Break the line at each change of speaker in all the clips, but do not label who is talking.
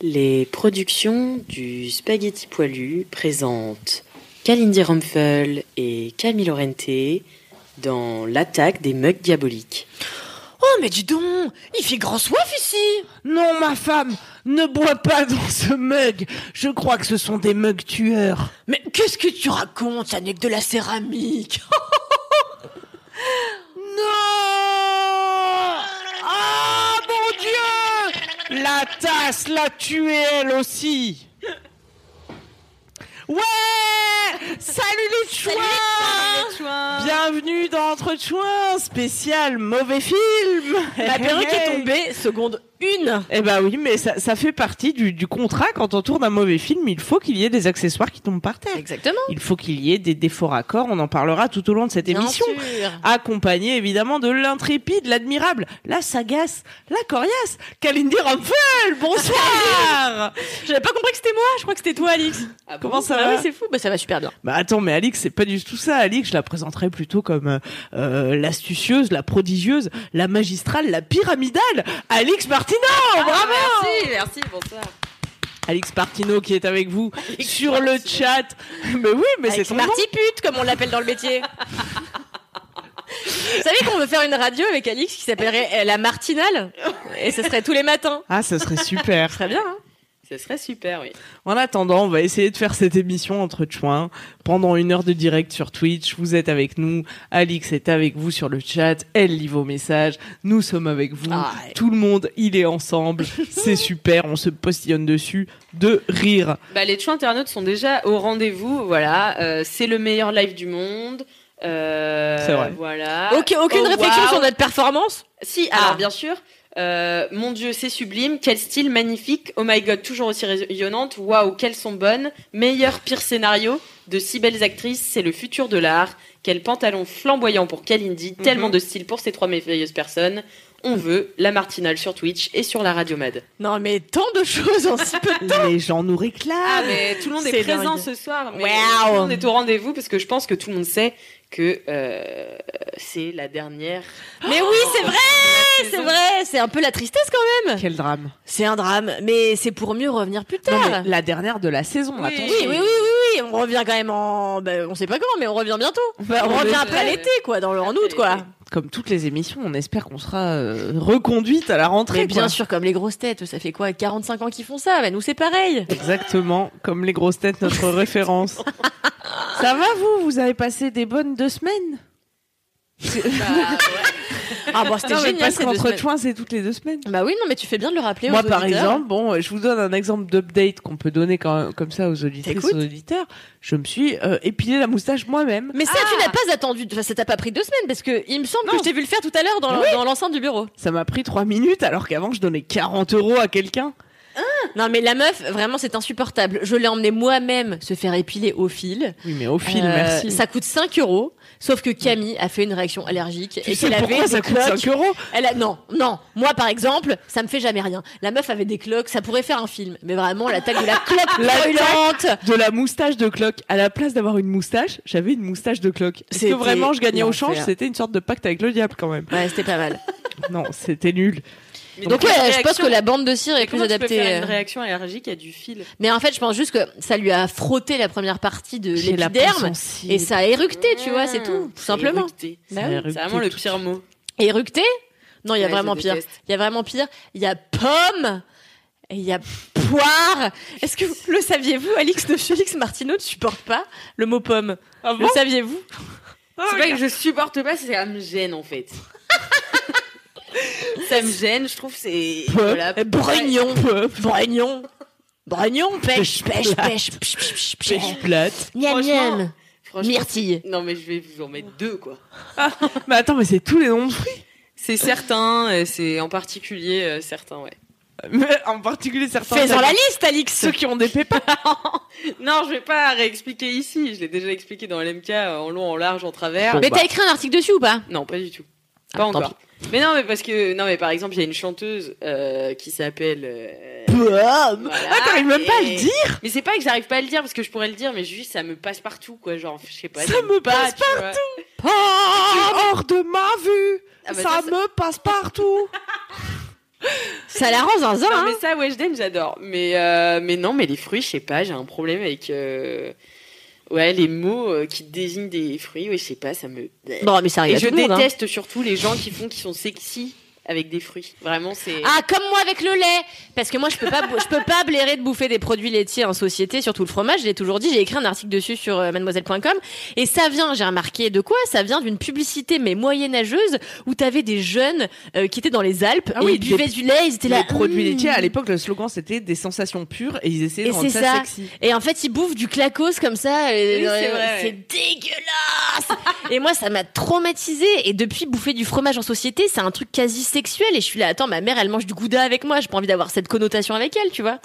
Les productions du Spaghetti Poilu présentent Kalindi Rumpfel et Camille Laurenté dans l'attaque des mugs diaboliques.
Oh, mais dis donc, il fait grand soif ici
Non, ma femme, ne bois pas dans ce mug. Je crois que ce sont des mugs tueurs.
Mais qu'est-ce que tu racontes Ça n'est que de la céramique
Non Ah, mon Dieu La tasse l'a tué elle aussi. Ouais Salut les chouins Bienvenue dans Entre Chouins, spécial mauvais film
La perruque
Hey,
est
hey.
tombée, seconde une
Eh ben oui, mais ça, ça fait partie du, du contrat. Quand on tourne un mauvais film, il faut qu'il y ait des accessoires qui tombent par terre.
Exactement
Il faut qu'il y ait des, des faux raccords. On en parlera tout au long de cette
Bien
émission.
sûr.
Accompagné évidemment de l'intrépide, l'admirable, la sagace, la coriace, Kalindi Rumpfel. Bonsoir
J'avais pas compris que c'était moi, je crois que c'était toi, Alix.
Comment ça
Ah
va
ouais, c'est fou, bah ça va super bien.
Bah attends, mais Alix, c'est pas du tout ça. Alix, je la présenterais plutôt comme euh, euh, l'astucieuse, la prodigieuse, la magistrale, la pyramidale, Alix
Ah.
Martino Bravo
Merci, merci, bonsoir.
Alix Martino qui est avec vous sur le chat. Mais oui, mais c'est
Avec
son nom.
Marty pute, comme on l'appelle dans le métier. Vous savez qu'on veut faire une radio avec Alix qui s'appellerait euh, La Martinale Et ce serait tous les matins.
Ah, ça serait super.
Très bien, hein
Ce serait super, oui.
En attendant, on va essayer de faire cette émission entre chouins pendant une heure de direct sur Twitch. Vous êtes avec nous, Alix est avec vous sur le chat, elle lit vos messages, nous sommes avec vous,
Ah, ouais.
tout le monde, il est ensemble, c'est super, on se postillonne dessus de rire.
Bah, les chouins internautes sont déjà au rendez-vous. Voilà, Euh, c'est le meilleur live du monde. Euh,
C'est vrai.
Voilà.
Ok, aucune
Oh,
réflexion
waouh.
sur notre performance
Si,
Ah.
alors bien sûr. Euh, mon Dieu, c'est sublime. Quel style magnifique. Oh my God, toujours aussi rayonnante. Waouh, qu'elles sont bonnes. Meilleur pire scénario de si belles actrices. C'est le futur de l'art. Quel pantalon flamboyant pour Kalindi. Tellement de style pour ces trois merveilleuses personnes. On veut la Martinale sur Twitch et sur la Radio Mad.
Non, mais tant de choses en si peu de temps
Les gens nous réclament.
Ah, mais tout le monde est,
C'est
présent
dingue.
ce soir. Mais
Waouh.
Tout le monde est au rendez-vous parce que je pense que tout le monde sait que euh, c'est la dernière.
Mais oui, c'est vrai,
saison.
Oh, c'est vrai C'est un peu la tristesse quand même
Quel drame.
C'est un drame, mais c'est pour mieux revenir plus
Non,
tard
mais la dernière de la saison,
Oui.
attention.
Ah. Oui, oui, oui, oui, oui, on revient quand même en... ben, on sait pas quand, mais on revient bientôt
Bah,
Ah, On
on
revient
espère.
après l'été, quoi, dans le... en
Après
août, quoi
l'été.
Comme toutes les émissions, on espère qu'on sera euh, reconduite à la rentrée.
Mais bien
quoi.
sûr, comme les grosses têtes, ça fait quoi 45 ans qu'ils font ça Ben nous, c'est pareil
Exactement, comme les grosses têtes, notre référence. Ça va vous Vous avez passé des bonnes deux semaines
Ah bon, c'était
Non, mais
génial
parce
ces deux
qu'entre
semaines.
juin, c'est toutes les deux semaines.
Bah oui, non, mais tu fais bien de le rappeler
Moi,
aux
par
auditeurs.
exemple, bon, euh, je vous donne un exemple d'update qu'on peut donner quand- comme ça aux auditrices,
T'écoutes
aux auditeurs. Je me suis euh, épilé la moustache moi-même.
Mais ça,
Ah.
tu n'as pas attendu. Enfin, ça t'a pas pris deux semaines parce que il me semble que
Non.
je t'ai vu le faire tout à l'heure dans,
Oui.
dans l'enceinte du bureau.
Ça m'a pris trois minutes, alors qu'avant, je donnais 40 euros à quelqu'un.
Non, mais la meuf, vraiment, c'est insupportable. Je l'ai emmené moi-même se faire épiler au fil.
Oui, mais au fil,
Euh,
merci.
Ça coûte 5 euros. Sauf que Camille a fait une réaction allergique
tu
et
sais
qu'elle avait
pourquoi
des
ça coûte
cloques.
5 euros
Elle a... Non, non. Moi, par exemple, ça me fait jamais rien. La meuf avait des cloques. Ça pourrait faire un film. Mais vraiment, l'attaque de la cloque
L'attaque.
brûlante.
De la moustache de cloque. À la place d'avoir une moustache, j'avais une moustache de cloque. Est-ce que
C'était
vraiment je gagnais au
l'enfer.
change C'était une sorte de pacte avec le diable quand même.
Ouais, c'était pas mal.
Non, c'était nul.
Mais
Donc,
comment
ouais,
une
je pense
réaction-
que la bande de cire est
mais
plus
comment tu peux
adaptée.
faire une
euh.
réaction allergique à du fil.
Mais en fait, je pense juste que ça lui a frotté la première partie de l'épiderme et ça a éructé, tu vois, c'est tout, tout
C'est
simplement.
éructé.
Bah oui.
C'est vraiment le pire mot.
Éructé Non, il y a
Ouais,
vraiment
je
pire.
déteste.
Il y a vraiment pire. Il y a pomme et il y a poire. Est-ce que vous le saviez-vous, Alix de Félix Martineau ne supporte pas le mot pomme
Ah
Le saviez-vous
C'est pas que je supporte pas, c'est ça me gêne en fait. ça me gêne, je trouve c'est voilà.
Eh, Brognon Brognon Brognon Pêche, pêche, pêche psh, psh, psh, psh.
Pêche plate.
Miam,
Franchement,
miam
Franchement,
Myrtille
Non mais je vais vous en mettre deux quoi.
Mais attends, mais c'est tous les noms de fruits.
C'est certains, et c'est en particulier euh, certains, ouais.
Mais en particulier certains.
Fais-en la liste, Alix
Ceux qui ont des pépins.
Non, je vais pas réexpliquer ici, je l'ai déjà expliqué dans l'MK euh, en long, en large, en travers.
Bon,
Mais
bah.
t'as écrit un article dessus ou pas
Non, pas du tout.
Ah,
Pas
tant
encore. Mais non, mais parce que non, mais par exemple, il y a une chanteuse euh, qui s'appelle. euh,
Pomme.
voilà,
Ah, t'arrives même pas à
et-
le dire.
Mais c'est pas que j'arrive pas à le dire parce que je pourrais le dire, mais juste ça me passe partout quoi. Genre, je sais pas.
Ça me passe
partout.
Pomme. Hors de ma vue.
Ah bah
ça,
ça, ça-
me passe partout.
Ça la rend zinzin,
Non,
hein.
mais ça, Weshden, j'adore. Mais, euh, mais non, mais les fruits, je sais pas, j'ai un problème avec. euh, Ouais, les mots euh, qui désignent des fruits, ouais, je sais pas, ça me.
Non, mais ça arrive
Et
à
je
tout le monde, hein.
déteste surtout les gens qui font, qui sont sexy avec des fruits. Vraiment, c'est.
Ah, comme moi avec le lait Parce que moi, je peux pas, bou- je peux pas blairer de bouffer des produits laitiers en société, surtout le fromage. Je l'ai toujours dit, j'ai écrit un article dessus sur euh, mademoiselle.com. Et ça vient, j'ai remarqué, de quoi Ça vient d'une publicité, mais moyenâgeuse, où t'avais des jeunes euh, qui étaient dans les Alpes
Ah
et
oui,
ils buvaient
des-
du lait, ils étaient là...
Les produits
Mmh.
laitiers, à l'époque, le slogan c'était des sensations pures et ils essayaient
Et
de rendre
c'est
ça,
ça.
sexy.
Et en fait, ils bouffent du clacos comme ça. euh,
Oui,
dans
c'est
les-
vrai,
c'est
ouais.
dégueulasse. et moi, ça m'a traumatisé. Et depuis, bouffer du fromage en société, c'est un truc quasi sexuel. Et je suis là, attends, ma mère, elle mange du gouda avec moi. J'ai pas envie d'avoir cette connotation avec elle, tu vois.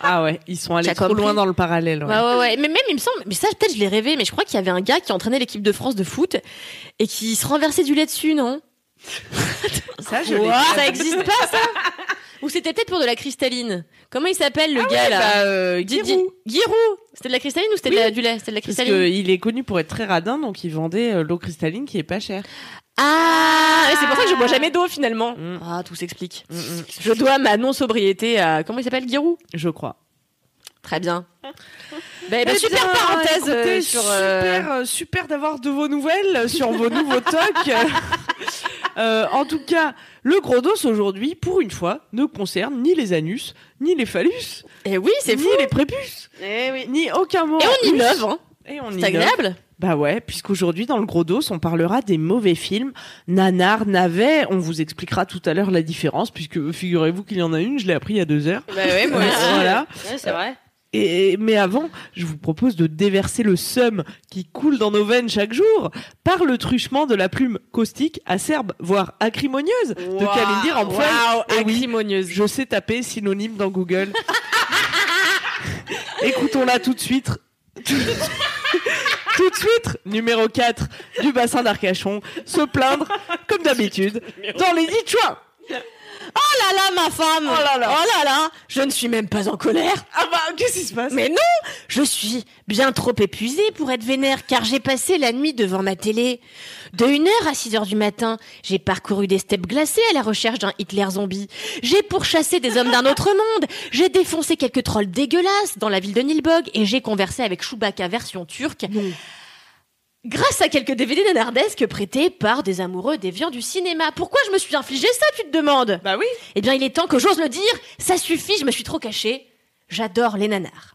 Ah ouais, ils sont allés
T'as
trop
compris Bah
loin dans le parallèle. ouais.
Ouais, ouais, ouais. Mais même, il me semble, mais ça, peut-être, je l'ai rêvé, mais je crois qu'il y avait un gars qui entraînait l'équipe de France de foot et qui se renversait du lait dessus, non
Ça, je l'ai
Quoi
pas.
Ça existe pas, ça Ou c'était peut-être pour de la cristalline. Comment il s'appelle, le gars, là
Bah, euh,
Di-
Giroud.
Di- Giroud C'était de la cristalline ou c'était de
Oui.
la- du lait C'était de la
Parce
cristalline.
qu'il est connu pour être très radin, donc il vendait euh, l'eau cristalline qui est pas chère.
Ah, et c'est pour ça que je bois jamais d'eau finalement.
Mm.
Ah, tout s'explique.
Mm, mm,
Je dois ma non-sobriété à. Comment il s'appelle Giroud
Je crois.
Très bien. Bah, bah,
Eh
super
bien,
parenthèse euh,
écoutez,
sur. euh,
Super, euh, super d'avoir de vos nouvelles euh, sur vos nouveaux tocs. Euh, en tout cas, le gros dos aujourd'hui, pour une fois, ne concerne ni les anus, ni les phallus,
Eh oui, c'est
ni
fou.
les prépuces,
Eh oui.
ni aucun mot.
Et on
en plus.
innove, hein.
Et on
C'est
innove.
agréable.
Bah ouais, puisqu'aujourd'hui dans le gros dos, on parlera des mauvais films, nanars, navets. On vous expliquera tout à l'heure la différence, puisque figurez-vous qu'il y en a une. Je l'ai appris il y a deux heures. Euh,
Bah ouais, moi aussi.
Voilà.
Ouais, c'est vrai.
Et, mais avant, je vous propose de déverser le seum qui coule dans nos veines chaque jour par le truchement de la plume caustique, acerbe, voire acrimonieuse de
Waouh,
Kalindy Rampal.
Waouh,
Eh oui,
acrimonieuse.
je sais taper synonyme dans Google. Écoutons-la tout de suite. tout de suite, numéro 4 du bassin d'Arcachon, se plaindre, comme d'habitude, dans les dix chouins.
Oh là là, ma femme
Oh là là.
Oh là là, Je ne suis même pas en colère
Ah bah, qu'est-ce qui se passe
Mais non Je suis bien trop épuisée pour être vénère, car j'ai passé la nuit devant ma télé. De 1h à 6h du matin, j'ai parcouru des steppes glacées à la recherche d'un Hitler zombie. J'ai pourchassé des hommes d'un autre monde. J'ai défoncé quelques trolls dégueulasses dans la ville de Nilbog et j'ai conversé avec Chewbacca version turque.
Non.
Grâce à quelques DVD nanardesques prêtés par des amoureux déviants du cinéma. Pourquoi je me suis infligé ça, tu te demandes
Bah oui.
eh bien, il est temps que j'ose le dire. Ça suffit, je me suis trop cachée. J'adore les nanars.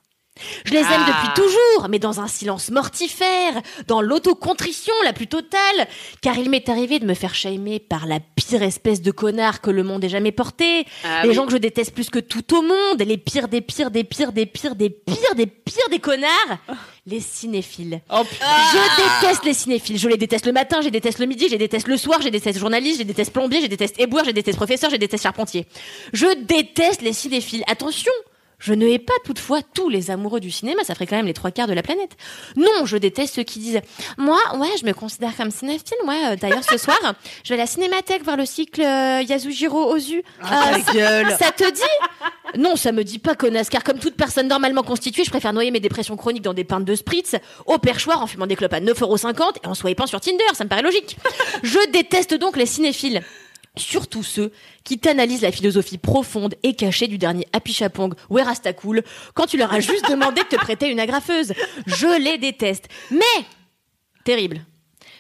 Je les aime
Ah.
depuis toujours, mais dans un silence mortifère, dans l'autocontrition la plus totale, car il m'est arrivé de me faire shamer par la pire espèce de connard que le monde ait jamais porté,
Ah
les
oui.
gens que je déteste plus que tout au monde, les pires des pires des pires des pires des pires des pires des connards,
Ah.
les cinéphiles.
Oh putain.
Je déteste les cinéphiles. Je les déteste le matin, je les déteste le midi, je les déteste le soir, je les déteste journaliste, je les déteste plombier, je les déteste éboueur, je les déteste professeur, je les déteste charpentier. Je déteste les cinéphiles. Attention je ne hais pas toutefois tous les amoureux du cinéma, ça ferait quand même les trois quarts de la planète. Non, je déteste ceux qui disent « Moi, ouais, je me considère comme cinéphile, moi. euh, D'ailleurs, ce soir, je vais à la Cinémathèque voir le cycle euh, Yasujiro Ozu. Euh,
Ah, ta gueule.
ça te dit Non, ça me dit pas, connasse, car comme toute personne normalement constituée, je préfère noyer mes dépressions chroniques dans des pintes de spritz, au perchoir en fumant des clopes à 9,50€ et en swipant sur Tinder, ça me paraît logique. Je déteste donc les cinéphiles. Surtout ceux qui t'analysent la philosophie profonde et cachée du dernier Happy Chapong ou Erastacool quand tu leur as juste demandé de te prêter une agrafeuse. Je les déteste. Mais, terrible.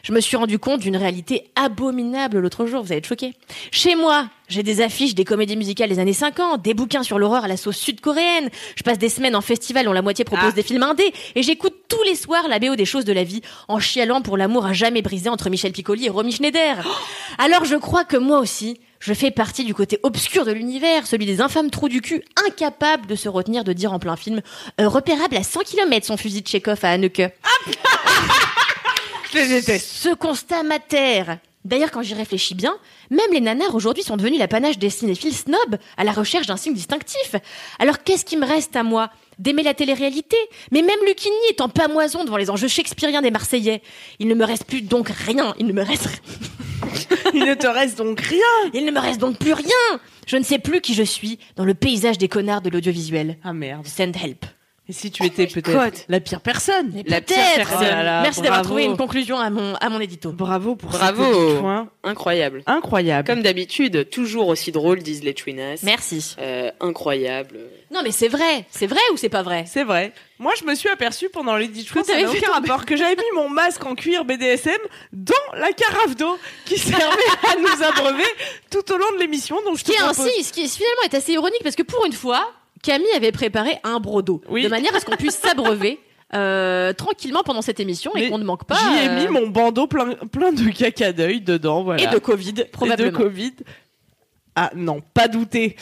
Je me suis rendu compte d'une réalité abominable l'autre jour, vous allez être choqués. Chez moi, j'ai des affiches des comédies musicales des années 50, des bouquins sur l'horreur à la sauce sud-coréenne. Je passe des semaines en festival où la moitié propose
Ah.
des films indés et j'écoute tous les soirs la BO des choses de la vie en chialant pour l'amour à jamais brisé entre Michel Piccoli et Romy Schneider. Alors je crois que moi aussi, je fais partie du côté obscur de l'univers, celui des infâmes trous du cul, incapables de se retenir de dire en plein film euh, repérable à 100 km son fusil de Chekhov à Haneke.
Je les déteste.
Ce constat m'atterre. D'ailleurs, quand j'y réfléchis bien, même les nanars aujourd'hui sont devenus l'apanage des cinéphiles snobs à la recherche d'un signe distinctif. Alors qu'est-ce qui me reste à moi D'aimer la télé-réalité Mais même Lucini est en pamoison devant les enjeux shakespeariens des Marseillais. Il ne me reste plus donc rien. Il ne me reste
Il ne te reste donc rien.
Il ne me reste donc plus rien. Je ne sais plus qui je suis dans le paysage des connards de l'audiovisuel.
Ah merde.
Send help.
Et si tu étais
God.
peut-être la pire personne
Mais
La pire
peut-être.
personne.
Oh là là,
Merci d'avoir
bravo.
trouvé une conclusion à mon à mon édito.
Bravo pour
Bravo.
ce petit point
Incroyable.
incroyable.
Comme d'habitude, toujours aussi drôle, disent les Twinas.
Merci.
Euh, incroyable.
Non mais c'est vrai, c'est vrai ou c'est pas vrai
C'est vrai. Moi, je me suis aperçue pendant les 10 jours, ça
t'avais
n'a
fait
aucun rapport, que j'avais mis mon masque en cuir BDSM dans la carafe d'eau qui servait à nous abreuver tout au long de l'émission. Donc, je
Ce qui
te
est
propose...
ainsi, ce qui est- finalement est assez ironique parce que pour une fois, Camille avait préparé un brodo
Oui.
de manière à ce qu'on puisse s'abreuver euh, tranquillement pendant cette émission et
Mais
qu'on ne manque pas.
J'y ai
euh,
mis mon bandeau plein, plein de caca d'œil dedans, voilà.
et de Covid probablement.
Et de Covid. Ah non, pas douter.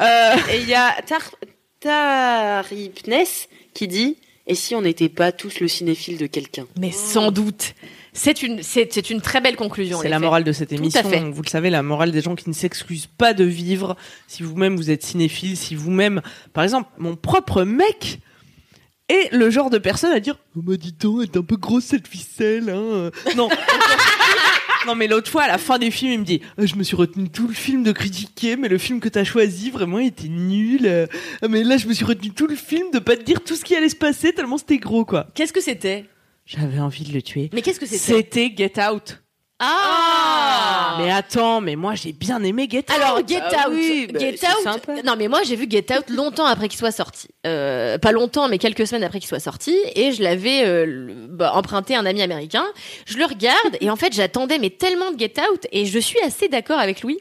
Euh,
Et il y a Tar Taripness qui dit Et si on n'était pas tous le cinéphile de quelqu'un
Mais sans doute, c'est une c'est c'est une très belle conclusion. en
C'est la
effet.
morale de cette
à
émission.
fait.
Vous le savez, la morale des gens qui ne s'excusent pas de vivre. Si vous-même vous êtes cinéphile, si vous-même, par exemple, mon propre mec est le genre de personne à dire Oh, bah, dis donc, elle est un peu grosse cette ficelle, hein. Non. Non mais l'autre fois à la fin des films il me dit Ah, je me suis retenu tout le film de critiquer mais le film que t'as choisi vraiment il était nul Euh, ah, mais là je me suis retenu tout le film de pas te dire tout ce qui allait se passer tellement c'était gros quoi
Qu'est-ce que c'était
j'avais envie de le tuer
Mais qu'est-ce que c'était
c'était Get Out
Ah
mais attends, mais moi j'ai bien aimé Get Out.
Alors Get
Ah
Out,
oui, bah,
Get
c'est
Out.
sympa.
Non mais moi j'ai vu Get Out longtemps après qu'il soit sorti. Euh, pas longtemps mais quelques semaines après qu'il soit sorti et je l'avais euh, le- bah, emprunté à un ami américain. Je le regarde et en fait j'attendais mais tellement de Get Out et je suis assez d'accord avec lui.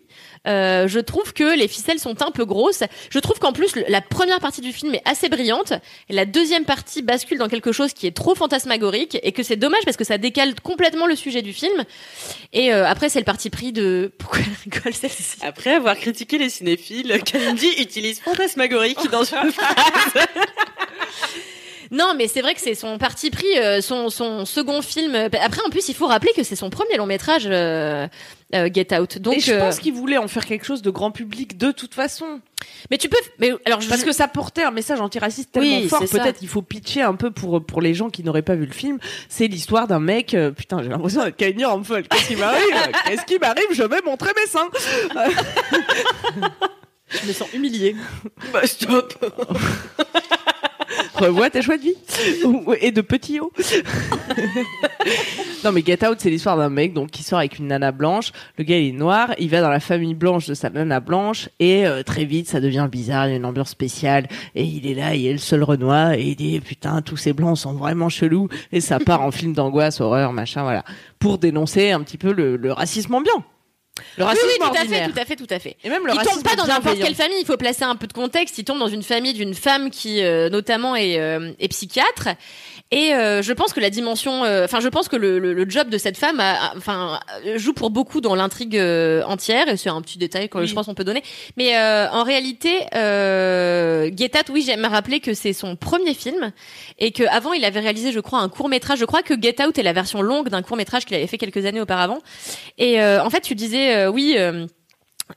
Euh, je trouve que les ficelles sont un peu grosses. Je trouve qu'en plus le- la première partie du film est assez brillante. Et la deuxième partie bascule dans quelque chose qui est trop fantasmagorique et que c'est dommage parce que ça décale complètement le sujet du film. Et euh, après c'est le parti pris de pourquoi elle rigole celle-ci.
Après avoir critiqué les cinéphiles, Candy utilise fantasmagorique dans une
Non, mais c'est vrai que c'est son parti pris, euh, son, son second film. Après, en plus, il faut rappeler que c'est son premier long métrage, euh, euh, Get Out. Donc,
Et je
euh,
pense qu'il voulait en faire quelque chose de grand public de toute façon.
mais tu peux. Mais alors, je-
Parce que ça portait un message antiraciste tellement
Oui,
fort.
c'est ça.
Peut-être il faut pitcher un peu pour, pour les gens qui n'auraient pas vu le film. C'est l'histoire d'un mec. euh, putain, j'ai l'impression d'être cagnard en folle. Qu'est-ce qui m'arrive Qu'est-ce qui m'arrive Je vais montrer mes seins.
je me sens humiliée.
bah, stop.
Revois tes choix de vie. Ou- Et de petits hauts. non, mais Get Out, c'est l'histoire d'un mec donc qui sort avec une nana blanche. Le gars, il est noir. Il va dans la famille blanche de sa nana blanche. Et euh, très vite, ça devient bizarre. Il y a une ambiance spéciale. Et il est là, il est le seul Renoir. Et il dit Putain, tous ces blancs sont vraiment chelous. Et ça part en film d'angoisse, horreur, machin, voilà. Pour dénoncer un petit peu le, le racisme ambiant. Le
Oui,
racisme
oui, tout à
ordinaire.
fait, tout à fait, tout à fait.
Et même le
il
racisme
tombe pas dans n'importe
bienveillant.
quelle famille. Il faut placer un peu de contexte. Il tombe dans une famille d'une femme qui, euh, notamment, est, euh, est psychiatre. Et euh, je pense que la dimension, euh, enfin, je pense que le, le- le job de cette femme, a- a- enfin, joue pour beaucoup dans l'intrigue euh, entière. Et c'est un petit détail que
Oui.
je pense qu'on peut donner. Mais euh, en réalité, euh, Get Out, oui, j'aime à rappeler que c'est son premier film et que avant il avait réalisé, je crois, un court métrage. Je crois que Get Out est la version longue d'un court métrage qu'il avait fait quelques années auparavant. Et euh, en fait, tu disais, euh, oui. euh,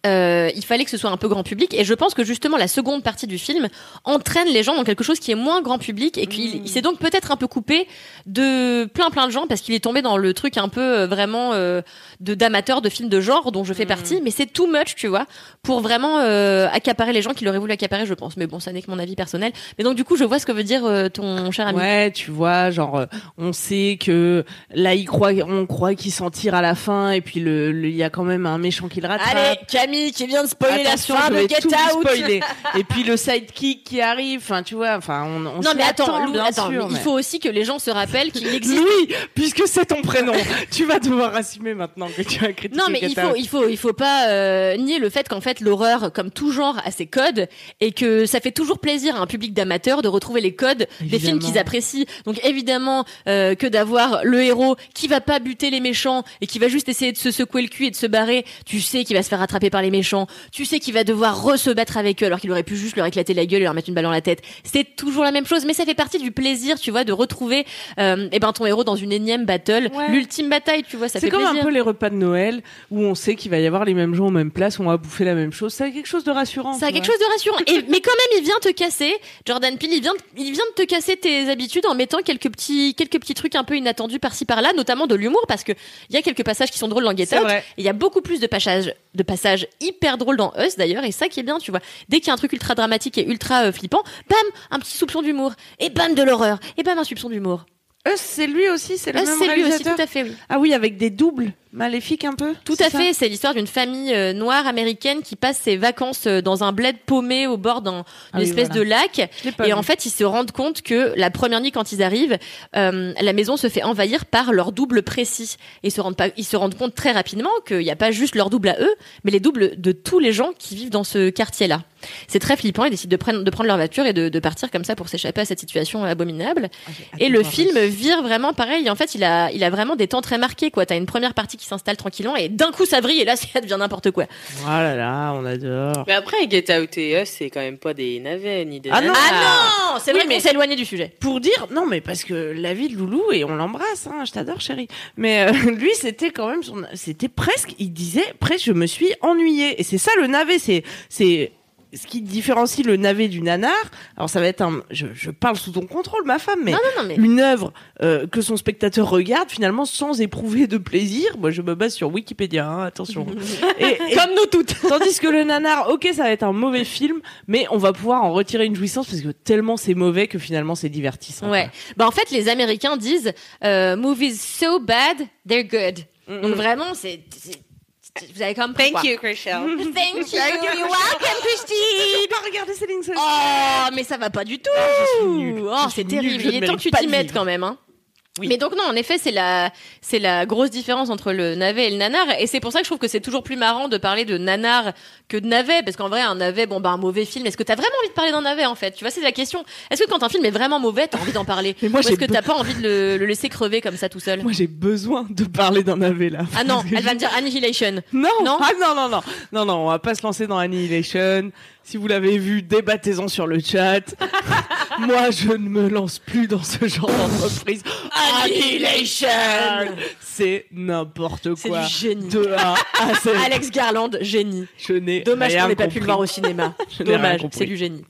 euh, il fallait que ce soit un peu grand public et je pense que justement la seconde partie du film entraîne les gens dans quelque chose qui est moins grand public et qu'il il s'est donc peut-être un peu coupé de plein plein de gens parce qu'il est tombé dans le truc un peu euh, vraiment euh, de d'amateurs de films de genre dont je fais partie mais c'est too much tu vois pour vraiment euh, accaparer les gens qui l'auraient voulu accaparer je pense mais bon ça n'est que mon avis personnel mais donc du coup je vois ce que veut dire euh, ton cher ami
Ouais, tu vois, genre euh, on sait que là il croit, on croit qu'il s'en tire à la fin, et puis le, le- il y a quand même un méchant qui le rattrape.
Camille qui vient de spoiler
Attention, je vais tout vous spoiler. Et puis le sidekick qui arrive, enfin tu vois, enfin on, on
non
s'y
mais attends,
attend,
Lou,
bien
attends,
sûr,
mais il
mais-
faut aussi que les gens se rappellent qu'il existe
Louis, puisque c'est ton prénom, tu vas devoir assumer maintenant que tu as critiqué.
Non, mais il
Get
faut,
Out.
il faut, il faut pas euh, nier le fait qu'en fait l'horreur, comme tout genre, a ses codes et que ça fait toujours plaisir à un public d'amateurs de retrouver les codes des films
Évidemment.
qu'ils apprécient. Donc évidemment euh, que d'avoir le héros qui va pas buter les méchants et qui va juste essayer de se secouer le cul et de se barrer, tu sais qu'il va se faire rattraper par les méchants, tu sais qu'il va devoir re se battre avec eux alors qu'il aurait pu juste leur éclater la gueule et leur mettre une balle dans la tête. C'est toujours la même chose, mais ça fait partie du plaisir, tu vois, de retrouver euh, eh ben ton héros dans une énième battle,
Ouais.
l'ultime bataille, tu vois, ça fait
C'est comme
plaisir.
un peu les repas de Noël où on sait qu'il va y avoir les mêmes gens aux mêmes places, on va bouffer la même chose. Ça a quelque chose de rassurant.
Ça a
tu
quelque
vois.
chose de rassurant. Et, mais quand même, il vient te casser. Jordan Peele, il vient, de- il vient de te casser tes habitudes en mettant quelques petits, quelques petits trucs un peu inattendus par-ci par-là, notamment de l'humour, parce que il y a quelques passages qui sont drôles dans Get
C'est
Out.
vrai.
Et Il y a beaucoup plus de passages, de passages personnages hyper drôles dans Us d'ailleurs, et ça qui est bien, tu vois. Dès qu'il y a un truc ultra dramatique et ultra euh, flippant, bam, un petit soupçon d'humour, et bam de l'horreur, et bam un soupçon d'humour.
Us, c'est lui aussi, c'est le
Us,
même
c'est lui aussi, tout
réalisateur.
à fait, oui.
Ah oui, avec des doubles maléfiques un peu.
Tout
c'est
à
ça
fait, c'est l'histoire d'une famille euh, noire américaine qui passe ses vacances euh, dans un bled paumé au bord d'un
Ah
une
oui,
espèce
voilà.
de lac
Je l'ai pas
Et
vu.
en fait, ils se rendent compte que la première nuit, quand ils arrivent, euh, la maison se fait envahir par leur double précis. Et ils se rendent, pas, ils se rendent compte très rapidement qu'il n'y a pas juste leur double à eux, mais les doubles de tous les gens qui vivent dans ce quartier-là. C'est très flippant. Ils décident de prendre, de prendre leur voiture et de, de partir comme ça pour s'échapper à cette situation abominable.
Ah,
Et le film vire vraiment pareil. En fait, il a, il a vraiment des temps très marqués, quoi. T'as une première partie qui s'installe tranquillement et d'un coup ça brille et là, ça devient n'importe quoi.
Oh là là, on adore.
Mais après, Get Out et Us, c'est quand même pas des navets ni des.
Ah non.
nanas.
Ah non! C'est
Oui,
vrai
mais-
qu'on s'est éloigné du sujet.
Pour dire, non, mais parce que la vie de Loulou, et on l'embrasse, hein, je t'adore, chérie. Mais euh, lui, c'était quand même son. C'était presque, il disait, presque, je me suis ennuyé. Et c'est ça le navet, c'est. c'est ce qui différencie le navet du nanar. Alors, ça va être un. Je, je parle sous ton contrôle, ma femme, mais.
Non, non, non, mais.
une œuvre euh, que son spectateur regarde finalement sans éprouver de plaisir. Moi, je me base sur Wikipédia, hein, attention. et, et-
Comme nous toutes!
tandis que le nanar, ok, ça va être un mauvais film, mais on va pouvoir en retirer une jouissance parce que tellement c'est mauvais que finalement c'est divertissant.
Ouais. Bah en fait, les Américains disent euh, movies so bad they're good. Donc vraiment, c'est c'est- c'est- vous avez quand même
Thank you, Chrishell.
you, thank you, you're welcome,
J'ai
Christine.
pas regardé Céline Sciamma.
Oh, mais ça va pas du tout.
je suis nulle.
Oh,
Je suis
c'est
nulle,
terrible.
je
Il
ne
est temps que tu
mérite pas
t'y
de
mettes
vivre.
quand même, hein.
Oui.
Mais donc non, en effet, c'est la c'est la grosse différence entre le navet et le nanar, et c'est pour ça que je trouve que c'est toujours plus marrant de parler de nanar que de navet, parce qu'en vrai, un navet, bon bah un mauvais film, est-ce que t'as vraiment envie de parler d'un navet en fait Tu vois, c'est la question. Est-ce que quand un film est vraiment mauvais, t'as envie d'en parler
Mais moi,
Ou est-ce
j'ai
que t'as pas envie de le, le laisser crever comme ça tout seul
Moi j'ai besoin de parler d'un navet là.
Ah non, elle va me dire Annihilation.
Non,
Non.
ah non, non, non, non, non, on va pas se lancer dans Annihilation. Si vous l'avez vu, débattez-en sur le chat. Moi, je ne me lance plus dans ce genre d'entreprise. Annihilation C'est n'importe
C'est
quoi.
du génie.
De A à Z.
Alex Garland, génie.
Je n'ai
Dommage
rien
qu'on n'ait pas pu
compris.
le voir au cinéma.
Je n'ai rien
Dommage,
compris.
c'est du génie.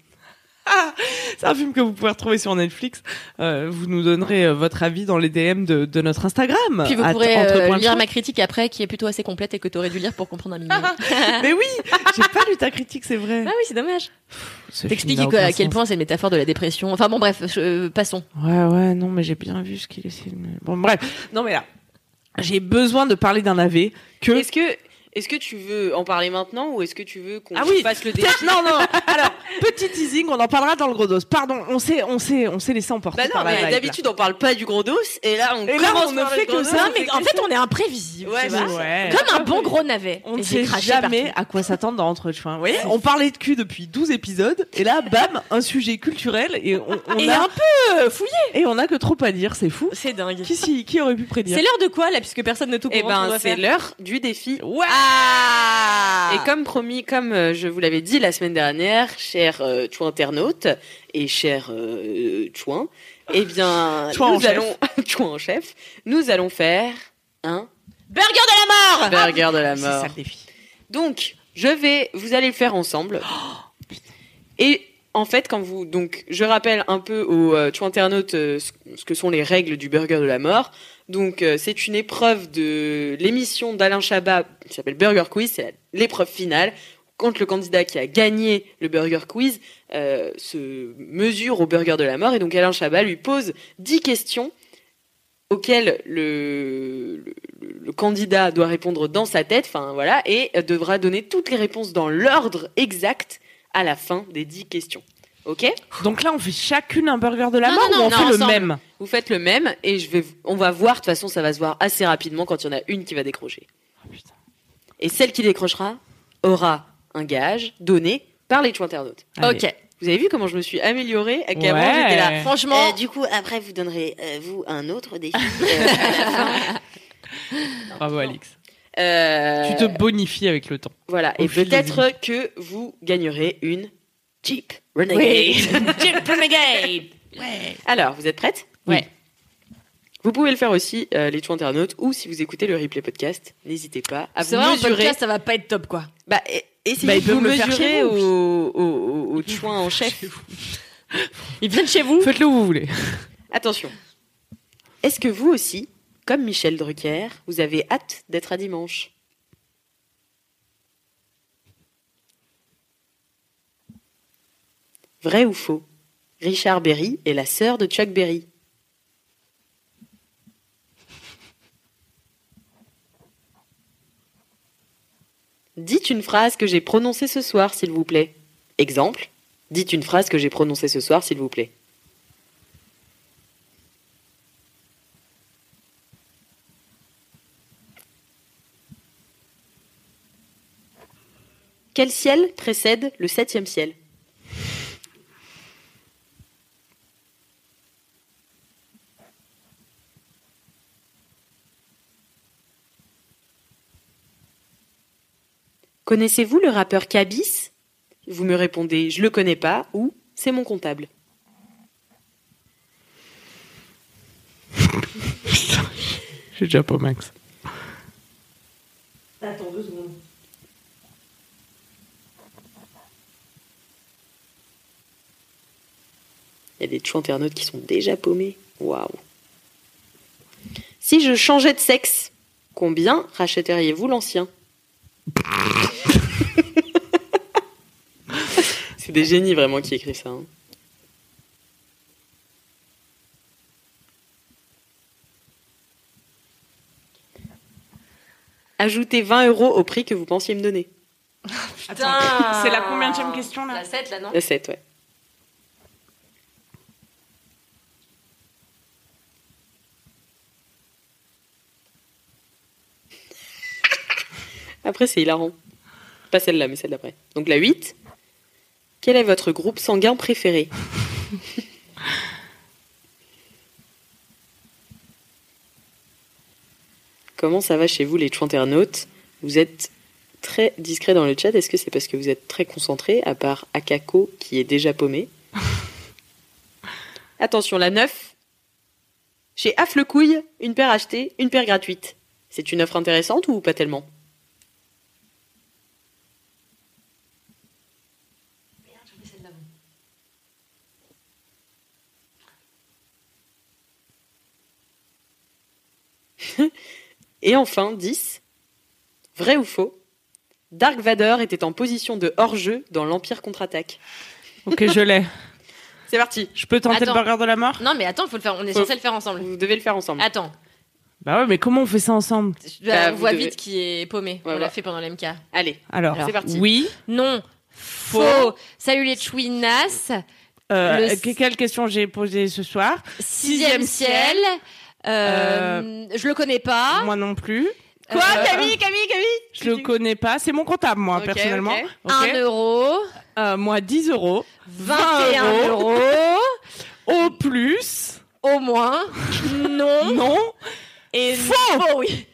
C'est un film que vous pouvez retrouver sur Netflix. Euh, vous nous donnerez euh, votre avis dans les DM de, de notre Instagram.
Puis vous
At-
pourrez
entre
euh,
points de
lire
chou.
ma critique après, qui est plutôt assez complète et que t'aurais dû lire pour comprendre un minimum. ah
Mais oui, j'ai pas lu ta critique, c'est vrai.
oui, c'est dommage.
Ce
T'expliques
film n'a
à
aucun
quel
sens.
point c'est une métaphore de la dépression. Enfin bon, bref, je- euh, passons.
Ouais, ouais, non, mais j'ai bien vu ce qu'il essayait. de me- Bon, bref. Non, mais là, j'ai besoin de parler d'un AV que.
Est-ce que, est-ce que tu veux en parler maintenant ou est-ce que tu veux qu'on
Ah oui,
fasse le débat
Peut-être- non, non. Alors, petit teasing, on en parlera dans le gros dos. Pardon, on s'est, on s'est, on s'est laissé emporter
Bah non,
par la
mais
vibe,
d'habitude on parle pas du gros dos et là on
Et là,
commence
on ne
par le
fait que
gros
ça,
dos.
Non, Ah, mais en fait, on est imprévisible.
Ouais,
tu
c'est
vois.
là. Ouais.
Comme un bon gros navet.
On
Et
ne
j'ai
sait
craché
jamais
partout.
à quoi s'attendre dans Entretien. Vous voyez, on parlait de cul depuis 12 épisodes, et là, bam, un sujet culturel, et on, on
Et
a,
un peu euh, fouillé.
et on a que trop à dire, c'est fou.
C'est dingue.
Qui, s'y- qui aurait pu prédire
C'est l'heure de Eh quoi là, puisque personne ne tout
Et
comprend.
ben c'est l'heure du défi.
Ouais Ah
Et comme promis, comme euh, je vous l'avais dit la semaine dernière, chers euh, chouins internautes et chers euh, chouins, eh bien,
Chouins en
nous
chef.
allons chouins en chef, nous allons faire un
Burger de la mort.
burger de la
C'est Ah. ça
mort.
le défi.
Donc, je vais, vous allez le faire ensemble. Et en fait, quand vous, donc, je rappelle un peu aux euh, tu internautes euh, ce ce que sont les règles du burger de la mort. Donc, euh, c'est une épreuve de l'émission d'Alain Chabat qui s'appelle Burger Quiz. C'est la- l'épreuve finale. Quand le candidat qui a gagné le Burger Quiz euh, se mesure au Burger de la mort. Et donc, Alain Chabat lui pose 10 questions auxquelles le, le- le- le candidat doit répondre dans sa tête, enfin voilà, et euh, devra donner toutes les réponses dans l'ordre exact à la fin des 10 questions. Ok
Donc là, on fait chacune un burger de la
Non,
mort
non,
ou on
non,
fait le
ensemble.
même
Vous faites le même et je vais, on va voir, de toute façon ça va se voir assez rapidement quand il y en a une qui va décrocher.
Ah, putain.
Et celle qui décrochera aura un gage donné par les internautes.
Allez.
Ok.
Vous avez vu comment je me suis améliorée à qu'avant
Ah. Ouais.
j'étais là.
Franchement,
Euh, du coup, après, vous donnerez, euh, vous, un autre défi.
Bravo, Alix.
Euh,
Tu te bonifies avec le temps.
Voilà,
Au
et
fil des
peut-être que vous gagnerez une Jeep Renegade.
Oui. Jim Renegade.
Alors, vous êtes prête
Ouais.
Vous pouvez le faire aussi, euh, les tout internautes, ou si vous écoutez le replay podcast, n'hésitez pas à vous
C'est vrai, en
mesurer.
podcast, ça va pas être top quoi.
Bah, e- essayez
Bah, ils
de vous
peuvent le faire
mesurer
chez vous.
au, au, au, au chouin en chef.
Ils viennent chez vous.
Faites-le où vous voulez.
Attention. Est-ce que vous aussi, comme Michel Drucker, vous avez hâte d'être à dimanche Vrai ou faux Richard Berry est la sœur de Chuck Berry. Dites une phrase que j'ai prononcée ce soir, s'il vous plaît. Exemple. Dites une phrase que j'ai prononcée ce soir, s'il vous plaît. Quel ciel précède le septième ciel Connaissez-vous le rappeur Cabis Vous me répondez je le connais pas ou c'est mon comptable.
J'ai déjà pas max.
Attends deux secondes.
Il y a des tchou internautes qui sont déjà paumés. Waouh. Si je changeais de sexe, combien rachèteriez-vous l'ancien C'est des génies vraiment qui écrivent ça. hein. Ajoutez 20 euros au prix que vous pensiez me donner.
Attends,
Putain.
c'est la combienième question là
La 7 là, non
La 7, ouais. Après, c'est hilarant. Pas celle-là, mais celle d'après. Donc la 8. Quel est votre groupe sanguin préféré Comment ça va chez vous, les internautes Vous êtes très discret dans le chat. Est-ce que c'est parce que vous êtes très concentré, à part Akako qui est déjà paumé Attention, la 9. Chez Afflecouille, une paire achetée, une paire gratuite. C'est une offre intéressante ou pas tellement Et enfin, 10. Vrai ou faux Dark Vador était en position de hors-jeu dans l'Empire contre-attaque.
Ok, je l'ai.
C'est parti,
Je peux tenter
Attends.
le burger de la mort
Non, mais attends, faut le faire. on est
Faut-
censé le faire ensemble.
vous devez le faire ensemble.
Attends,
Bah ouais, mais comment on fait ça ensemble
je-
Bah,
on
vous
voit
devez-
vite qui est paumé.
Ouais,
on l'a
ouais.
fait pendant l'MK.
Allez,
Alors,
c'est parti.
oui.
Non. Faux. Salut les chouinasses.
Euh,
Le s-
que- Quelle question j'ai posée ce soir
Sixième
Sixième
ciel. Euh, Je le connais pas.
Moi non plus.
Quoi,
Euh,
Camille, Camille, Camille
Je le connais pas. C'est mon comptable, moi,
Ok,
personnellement.
ok.
Ok.
1 euro.
Euh, moi, 10 euros.
21 euros.
Au plus.
Au moins. Non.
Non.
Et faux. oui.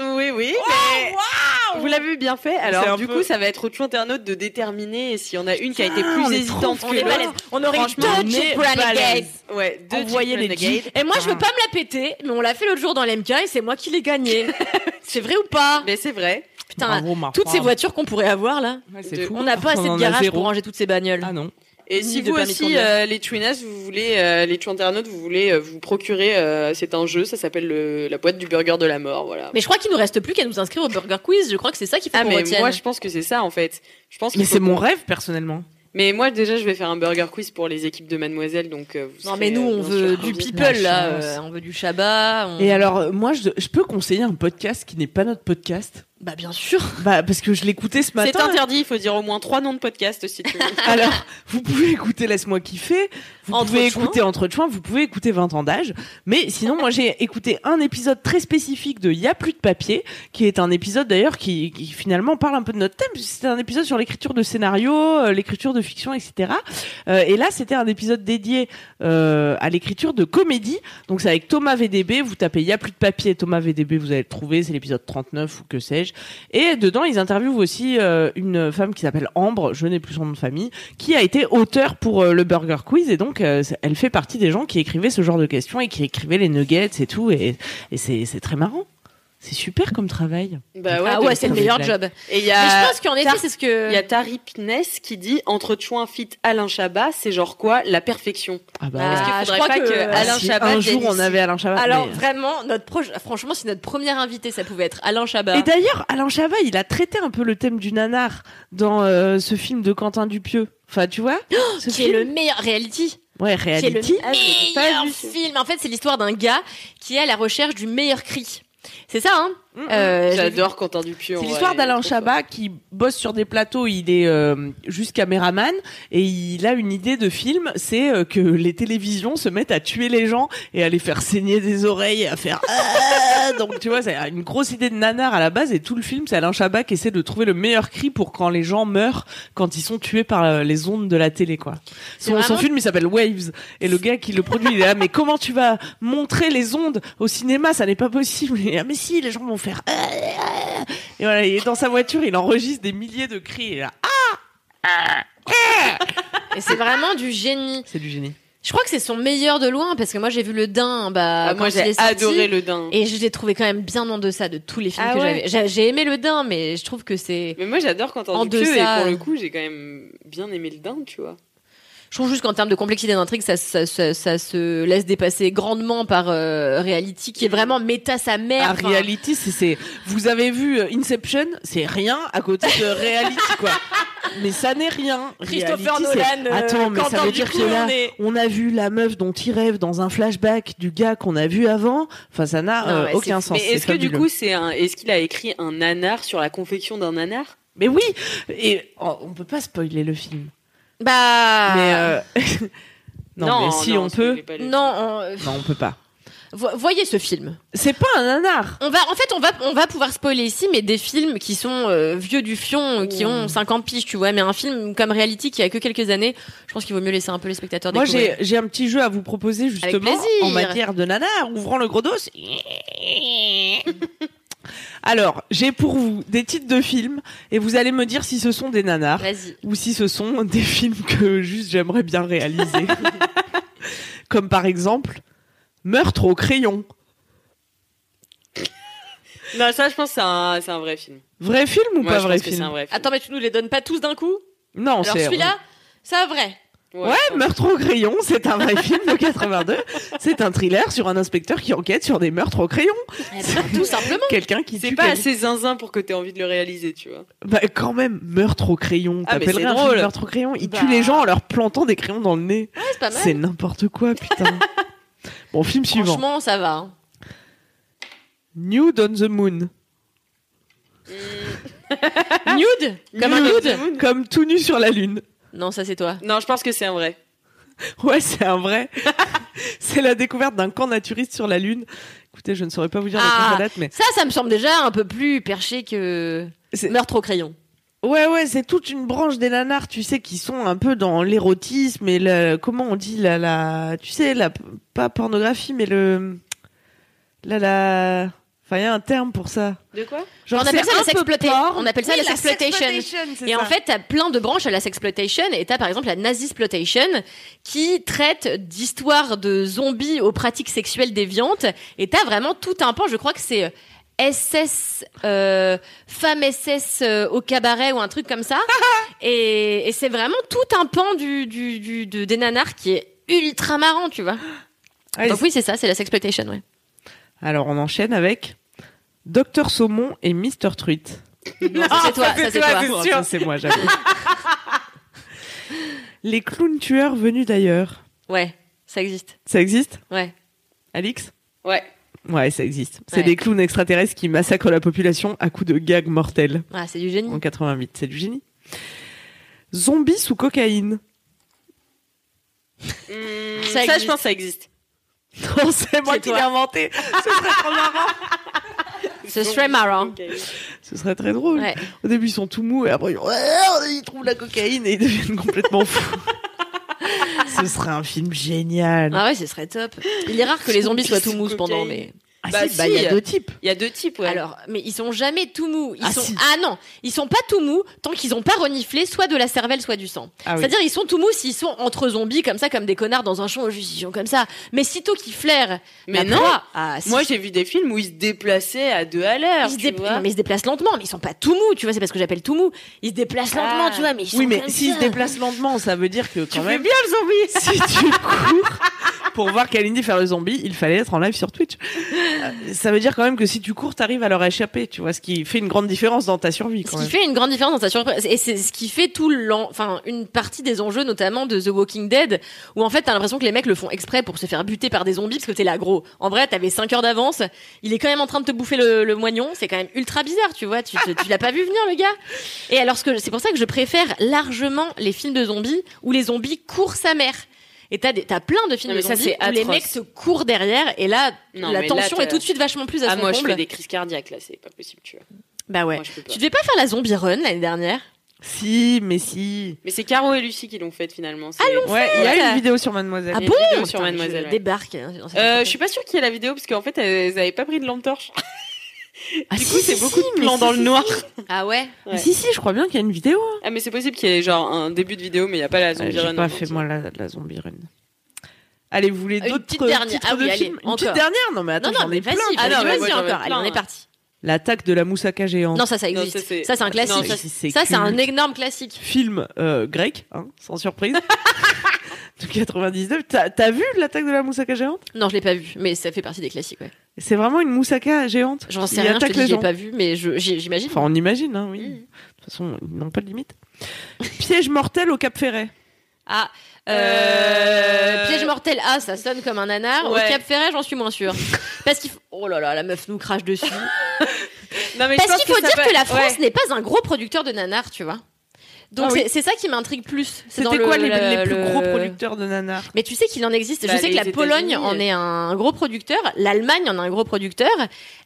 Oui, oui. mais Vous l'avez bien fait.
C'est
Alors,
un
du
peu- Ah,
coup, ça va être aux chou internautes de déterminer s'il y en a une qui a été plus
on est
hésitante
trop
que
On est
balèze.
l'autre.
balèze. On aurait eu
Franchement, on
deux
est
Jeep
balèze.
Renegades.
Ouais, deux
Envoyez
Jeep
les
Renegade.
Jeep.
Et moi, je veux
Ah.
pas me la péter, mais on l'a fait l'autre jour dans l'MK et c'est moi qui l'ai gagné. c'est vrai ou pas
Mais c'est vrai.
Putain,
Bravo, Marc.
toutes ces
Bravo.
voitures qu'on pourrait avoir là,
Ouais, c'est fou.
on n'a pas assez
On en
de
a
garage
zéro.
pour ranger toutes ces bagnoles.
Ah non.
Et
Ni
si
de
vous
permis de
aussi,
conduire.
euh, les Twinas, vous voulez, euh, les chou internautes, vous voulez euh, vous procurer, euh, c'est un jeu, ça s'appelle le- la boîte du burger de la mort, voilà.
Mais je crois qu'il nous reste plus qu'à nous inscrire au Burger Quiz. Je crois que c'est ça qu'il faut
ah
qu'on
mais
retienne.
moi je pense que c'est ça en fait. Je pense qu'il
Mais
faut-
c'est mon rêve, personnellement.
Mais moi déjà je vais faire un burger quiz pour les équipes de Mademoiselle donc. euh, vous
Non
serez,
mais nous
euh,
on
bien
veut
sûr
du
invités.
people là,
Ah La chance.
euh, on veut du Shabbat. on-
Et alors, euh, moi, je, je peux conseiller un podcast qui n'est pas notre podcast
Bah bien sûr.
Bah, parce que je l'écoutais ce
C'est
matin.
interdit, il faut dire au moins trois noms de podcast si tu veux.
Alors, vous pouvez écouter Laisse-moi kiffer, vous
Entre
pouvez
Chouins.
écouter Entre Chouins, vous pouvez écouter 20 ans d'âge. Mais sinon, moi, j'ai écouté un épisode très spécifique de Y'a plus de papier, qui est un épisode d'ailleurs qui, qui, finalement parle un peu de notre thème. puisque C'était un épisode sur l'écriture de scénarios, euh, l'écriture de fiction, etc. Euh, et là, c'était un épisode dédié euh, à l'écriture de comédie. Donc, c'est avec Thomas VDB. Vous tapez Y'a plus de papier, Thomas VDB, vous allez le trouver. C'est l'épisode 39 ou que sais-je. Et dedans, ils interviewent aussi euh, une femme qui s'appelle Ambre, je n'ai plus son nom de famille, qui a été auteur pour euh, le Burger Quiz. Et donc, euh, c'est- elle fait partie des gens qui écrivaient ce genre de questions et qui écrivaient les nuggets et tout. Et, et c'est c'est très marrant. C'est super comme travail.
bah
ah
de-
ouais c'est le
trouver
meilleur
de la-
job.
Et il y
Mais je
a
pense qu'en effet
Tar-
c'est ce
il y a
que.
Tarip Ness qui dit entre Chouin fit Alain Chabat, c'est genre quoi la perfection.
Ah bah.
Ah,
Parce
ouais.
qu'il
je
faudrait
crois
pas que,
que-
Ah,
Alain
si
Chabat
un jour
vienne
on
ici.
avait Alain Chabat.
Alors
mais-
vraiment notre proche, franchement si notre premier invité ça pouvait être Alain Chabat.
Et d'ailleurs, Alain Chabat, il a traité un peu le thème du nanar dans euh, ce film de Quentin Dupieux. Enfin, tu vois ce
Oh, Qui est le
film
meilleur reality.
Ouais,
Qui est le
reality.
meilleur film. En fait, c'est l'histoire d'un gars qui est à la recherche du meilleur cri. C'est ça, hein
Mm, mm.
Euh, j'ai vu-
J'adore Quentin Dupieux.
C'est
en
l'histoire
vrai, il
d'Alain
est trop fort.
Chabat qui bosse sur des plateaux, il est euh, juste caméraman et il a une idée de film, c'est euh, que les télévisions se mettent à tuer les gens et à les faire saigner des oreilles et à faire Ah donc tu vois c'est une grosse idée de nanar à la base et tout le film c'est Alain Chabat qui essaie de trouver le meilleur cri pour quand les gens meurent quand ils sont tués par euh, les ondes de la télé quoi.
C'est
Son, son
vraiment-
film il s'appelle Waves et le gars qui le produit il est là mais comment tu vas montrer les ondes au cinéma ça n'est pas possible Il est là, mais si les gens vont faire Ah, ah. et voilà il est dans sa voiture il enregistre des milliers de cris et là, Ah
Et c'est vraiment du génie.
c'est du génie.
Je crois que c'est son meilleur de loin parce que moi j'ai vu le Dain. Bah,
Ah,
quand
moi,
il est
j'ai
sorti.
adoré le din.
Et je l'ai trouvé quand même bien en deçà de tous les films
Ah
que
ouais
j'avais. J'a- J'ai aimé le Dain, mais je trouve que c'est.
Mais moi, j'adore Quentin
En
Dupieux
deçà.
et pour le coup, j'ai quand même bien aimé le din, tu vois.
Je trouve juste qu'en termes de complexité d'intrigue, ça, ça, ça, ça se laisse dépasser grandement par euh, Reality, qui est vraiment méta sa mère.
Ah,
enfin.
reality c'est c'est vous avez vu euh, Inception c'est rien à côté de reality quoi. Mais ça n'est rien.
Christopher
Reality, c'est-
Nolan. euh,
Attends, mais
Quentin
ça veut dire
Dupieux,
que là,
on est-
on a vu la meuf dont il rêve dans un flashback du gars qu'on a vu avant. Enfin, ça n'a
Non,
euh,
ouais,
aucun
c'est-
sens.
Mais
c'est
est-ce que du
fabuleux.
coup, c'est un, est-ce qu'il a écrit un nanar sur la confection d'un nanar
Mais oui, et oh, on peut pas spoiler le film.
Ah.
Bah.
Mais euh, non, mais si on peut,
spoilez pas le film.
Non, on- euh,
non, on peut pas.
Vo- voyez ce film.
C'est pas un nanar.
On va, en fait, on va, on va pouvoir spoiler ici, mais des films qui sont euh, vieux du fion, euh, qui ont 50 piges, tu vois. Mais un film comme Reality qui a que quelques années, je pense qu'il vaut mieux laisser un peu les spectateurs
Moi,
découvrir.
j'ai j'ai un petit jeu à vous proposer justement
plaisir.
en matière de nanar, ouvrant le gros dos. Alors, j'ai pour vous des titres de films et vous allez me dire si ce sont des nanars.
Vas-y.
ou si ce sont des films que juste j'aimerais bien réaliser. Comme par exemple Meurtre au crayon.
Non, Bah, ça, je pense que c'est un, c'est un vrai film.
Vrai film ou
Moi,
pas
je
vrai
pense que c'est
film
un vrai film.
Attends, mais tu nous les donnes pas tous d'un coup
Non,
Alors
c'est
celui-là, c'est vrai.
Ouais,
Ouais,
je pense.
Meurtre au crayon, c'est un vrai film de 82. C'est un thriller sur un inspecteur qui enquête sur des meurtres au crayon.
Eh ben, tout simplement.
Quelqu'un qui
C'est
tue
pas
quelqu'un.
assez zinzin pour que t'aies envie de le réaliser, tu vois.
Bah quand même, meurtre au crayon.
Ah, mais
T'appellerais
c'est
un
drôle.
film meurtre au crayon. Il
Bah.
tue les gens en leur plantant des crayons dans le nez.
Ouais, c'est pas mal.
C'est n'importe quoi, putain. bon, film suivant.
Franchement, ça va. hein.
Nude on the Moon.
hein. Nude Comme un
Nude.
nude
Comme tout nu sur la lune.
Non, ça c'est toi.
Non, je pense que c'est un vrai.
Ouais, c'est un vrai. c'est la découverte d'un camp naturiste sur la Lune. Écoutez, je ne saurais pas vous dire
Ah.
la date, mais
Ça, ça me semble déjà un peu plus perché que
C'est-
meurtre au crayon.
ouais, ouais, c'est toute une branche des nanars, tu sais, qui sont un peu dans l'érotisme et le comment on dit la la, tu sais, la pas pornographie, mais le la la. Enfin, il y a un terme pour ça.
De quoi
Genre,
On appelle
c'est
ça la
un peu
sexploitation.
porn.
On appelle ça
Oui,
la sexploitation.
sexploitation, c'est
Et en
ça.
fait, t'as plein de branches à la sexploitation, et t'as par exemple la nazisploitation, qui traite d'histoires de zombies aux pratiques sexuelles déviantes, et t'as vraiment tout un pan, je crois que c'est euh, SS, euh, femme SS euh, au cabaret ou un truc comme ça, et, et c'est vraiment tout un pan du, du, du- de- des nanars qui est ultra marrant, tu vois.
Allez,
Donc oui, c'est ça, c'est la sexploitation, ouais.
Alors, on enchaîne avec Docteur Saumon et Mister Truite.
Non, ça c'est toi, Ah, ça c'est toi.
Oh, ça, c'est moi, j'avoue. Les clowns tueurs venus d'ailleurs.
Ouais, ça existe,
Ça existe,
ouais.
Alix
Ouais.
Ouais, ça existe. C'est
Ouais.
des clowns extraterrestres qui massacrent la population à coups de gags mortels
Ah, c'est du génie.
en 88. C'est du génie. Zombies sous cocaïne.
Hmm,
Ça
ça,
existe.
je pense que ça existe.
Non, c'est moi
C'est
qui
toi.
l'ai inventé. Ce serait trop marrant.
Ce serait marrant.
Ok.
Ce serait très drôle.
Ouais.
Au début, ils sont tout mous et après, ils, Ouais, ils trouvent la cocaïne et ils deviennent complètement fous. Ce serait un film génial.
Ah ouais, ce serait top. Il est rare que les zombies soient tout mous pendant, mais
Ah,
Bah,
si, bah, il y
si.
a deux types.
Il y a deux types, ouais.
alors, mais ils sont jamais tout mous. Ils
Ah,
sont
si.
ah non, ils sont pas tout mous tant qu'ils ont pas reniflé soit de la cervelle, soit du sang.
Ah oui.
C'est-à-dire ils sont tout mous s'ils sont entre zombies comme ça, comme des connards dans un champ au juste, ils sont comme ça. Mais sitôt qu'ils flairent,
mais
la
non.
proie- ah, si.
Moi, j'ai vu des films où ils se déplaçaient à deux à l'heure.
ils se,
tu
dé-
vois.
non, mais ils se déplacent lentement, mais ils sont pas tout mous, tu vois, c'est parce que j'appelle tout mous. Ils se déplacent
Ah.
lentement, tu vois, mais ils sont
Oui, mais
comme
s'ils se
ça.
déplacent lentement, ça veut dire que quand
Tu fais
même,
bien le zombie
si tu cours pour voir Kalindi faire le zombie, il fallait être en live sur Twitch. Euh, Ça veut dire quand même que si tu cours, t'arrives à leur échapper, tu vois, ce qui fait une grande différence dans ta survie
Ce
quand
qui
même.
fait une grande différence dans sa surprise. Et c'est ce qui fait tout l'en, enfin, une partie des enjeux, notamment de The Walking Dead, où en fait, t'as l'impression que les mecs le font exprès pour se faire buter par des zombies, parce que t'es là, gros. En vrai, t'avais 5 heures d'avance. Il est quand même en train de te bouffer le, le moignon. C'est quand même ultra bizarre, tu vois. Tu, tu- tu l'as pas vu venir, le gars. Et alors, ce que, c'est pour ça que je préfère largement les films de zombies, où les zombies courent sa mère. Et t'as, des- t'as plein de films
Non,
de
mais ça,
zombies
c'est
où les
atroce.
mecs se courent derrière, et là,
Non,
la
mais là,
tension
t'as-
est tout de suite vachement plus à
Ah,
son
moi, je
comble.
fais des crises cardiaques, là, c'est pas possible, tu vois.
Bah ouais.
Moi, je peux pas.
Tu devais pas faire la zombie run l'année dernière
Si, mais si.
Mais c'est Caro et Lucie qui l'ont faite finalement.
Ah,
c'est-
Ouais, il y
fait
a une vidéo sur Mademoiselle.
Ah
Il y a
bon
une vidéo sur
Putain,
Mademoiselle,
je
ouais.
débarque. hein, dans cette
Euh,
affaire.
je suis pas sûre qu'il y ait la vidéo parce qu'en fait elles avaient pas pris de lampe torche.
Ah,
du
si,
coup,
si,
c'est
si,
beaucoup de
mais
plans
si,
dans
si,
le noir.
Ah ouais
Ouais.
Si, si, je crois bien qu'il y a une vidéo.
Ah mais c'est possible qu'il y ait genre un début de vidéo mais il y a pas la
Ouais,
zombie
J'ai
run
pas
en
fait
entier.
moi la, la zombie run. Allez, vous voulez
Une
d'autres
petite dernière.
titres
Ah
de
oui, allez,
films Une petite
encore.
dernière Non mais attends,
Non, non,
j'en ai
mais vas-y,
plein.
Ah
vas-y,
non, mais
vas-y
moi, j'en ai
encore.
plein,
Allez, on
hein.
est parti.
L'attaque de la moussaka géante.
Non, ça, ça
Non,
existe.
ça, c'est-
ça, c'est un classique.
Non, ça,
ça, ça, c'est un
culte.
énorme classique.
film euh, grec, hein, sans surprise, de 99. T'as t'as vu l'attaque de la moussaka géante
Non, je l'ai pas vu, mais ça fait partie des classiques, ouais.
C'est vraiment une moussaka géante.
J'en sais
qui
rien, je
attaque
te
les
dis, je l'ai
gens.
pas vu, mais je- j'ai- j'imagine.
Enfin, on imagine, hein, oui.
Mhm.
De toute façon, ils n'ont pas de limite. Piège mortel au Cap Ferret.
Ah, euh,
Euh,
Piège mortel, ah, ça sonne comme un nanar.
Ouais.
Au Cap Ferret, j'en suis moins sûre. Parce qu'il faut... Oh là là, la meuf nous crache dessus.
Non, mais je
Parce
pense
qu'il faut
ça
dire
peut-
que la France
Ouais.
n'est pas un gros producteur de nanars, tu vois. Donc
Ah oui.
c'est- c'est ça qui m'intrigue plus. C'est dans
C'était
le-
quoi les,
le-
les plus gros
le-
producteurs de nanars
Mais tu sais qu'il en existe.
Bah,
je sais que la
les
Pologne
États-Unis,
en est un gros producteur, l'Allemagne en a un gros producteur,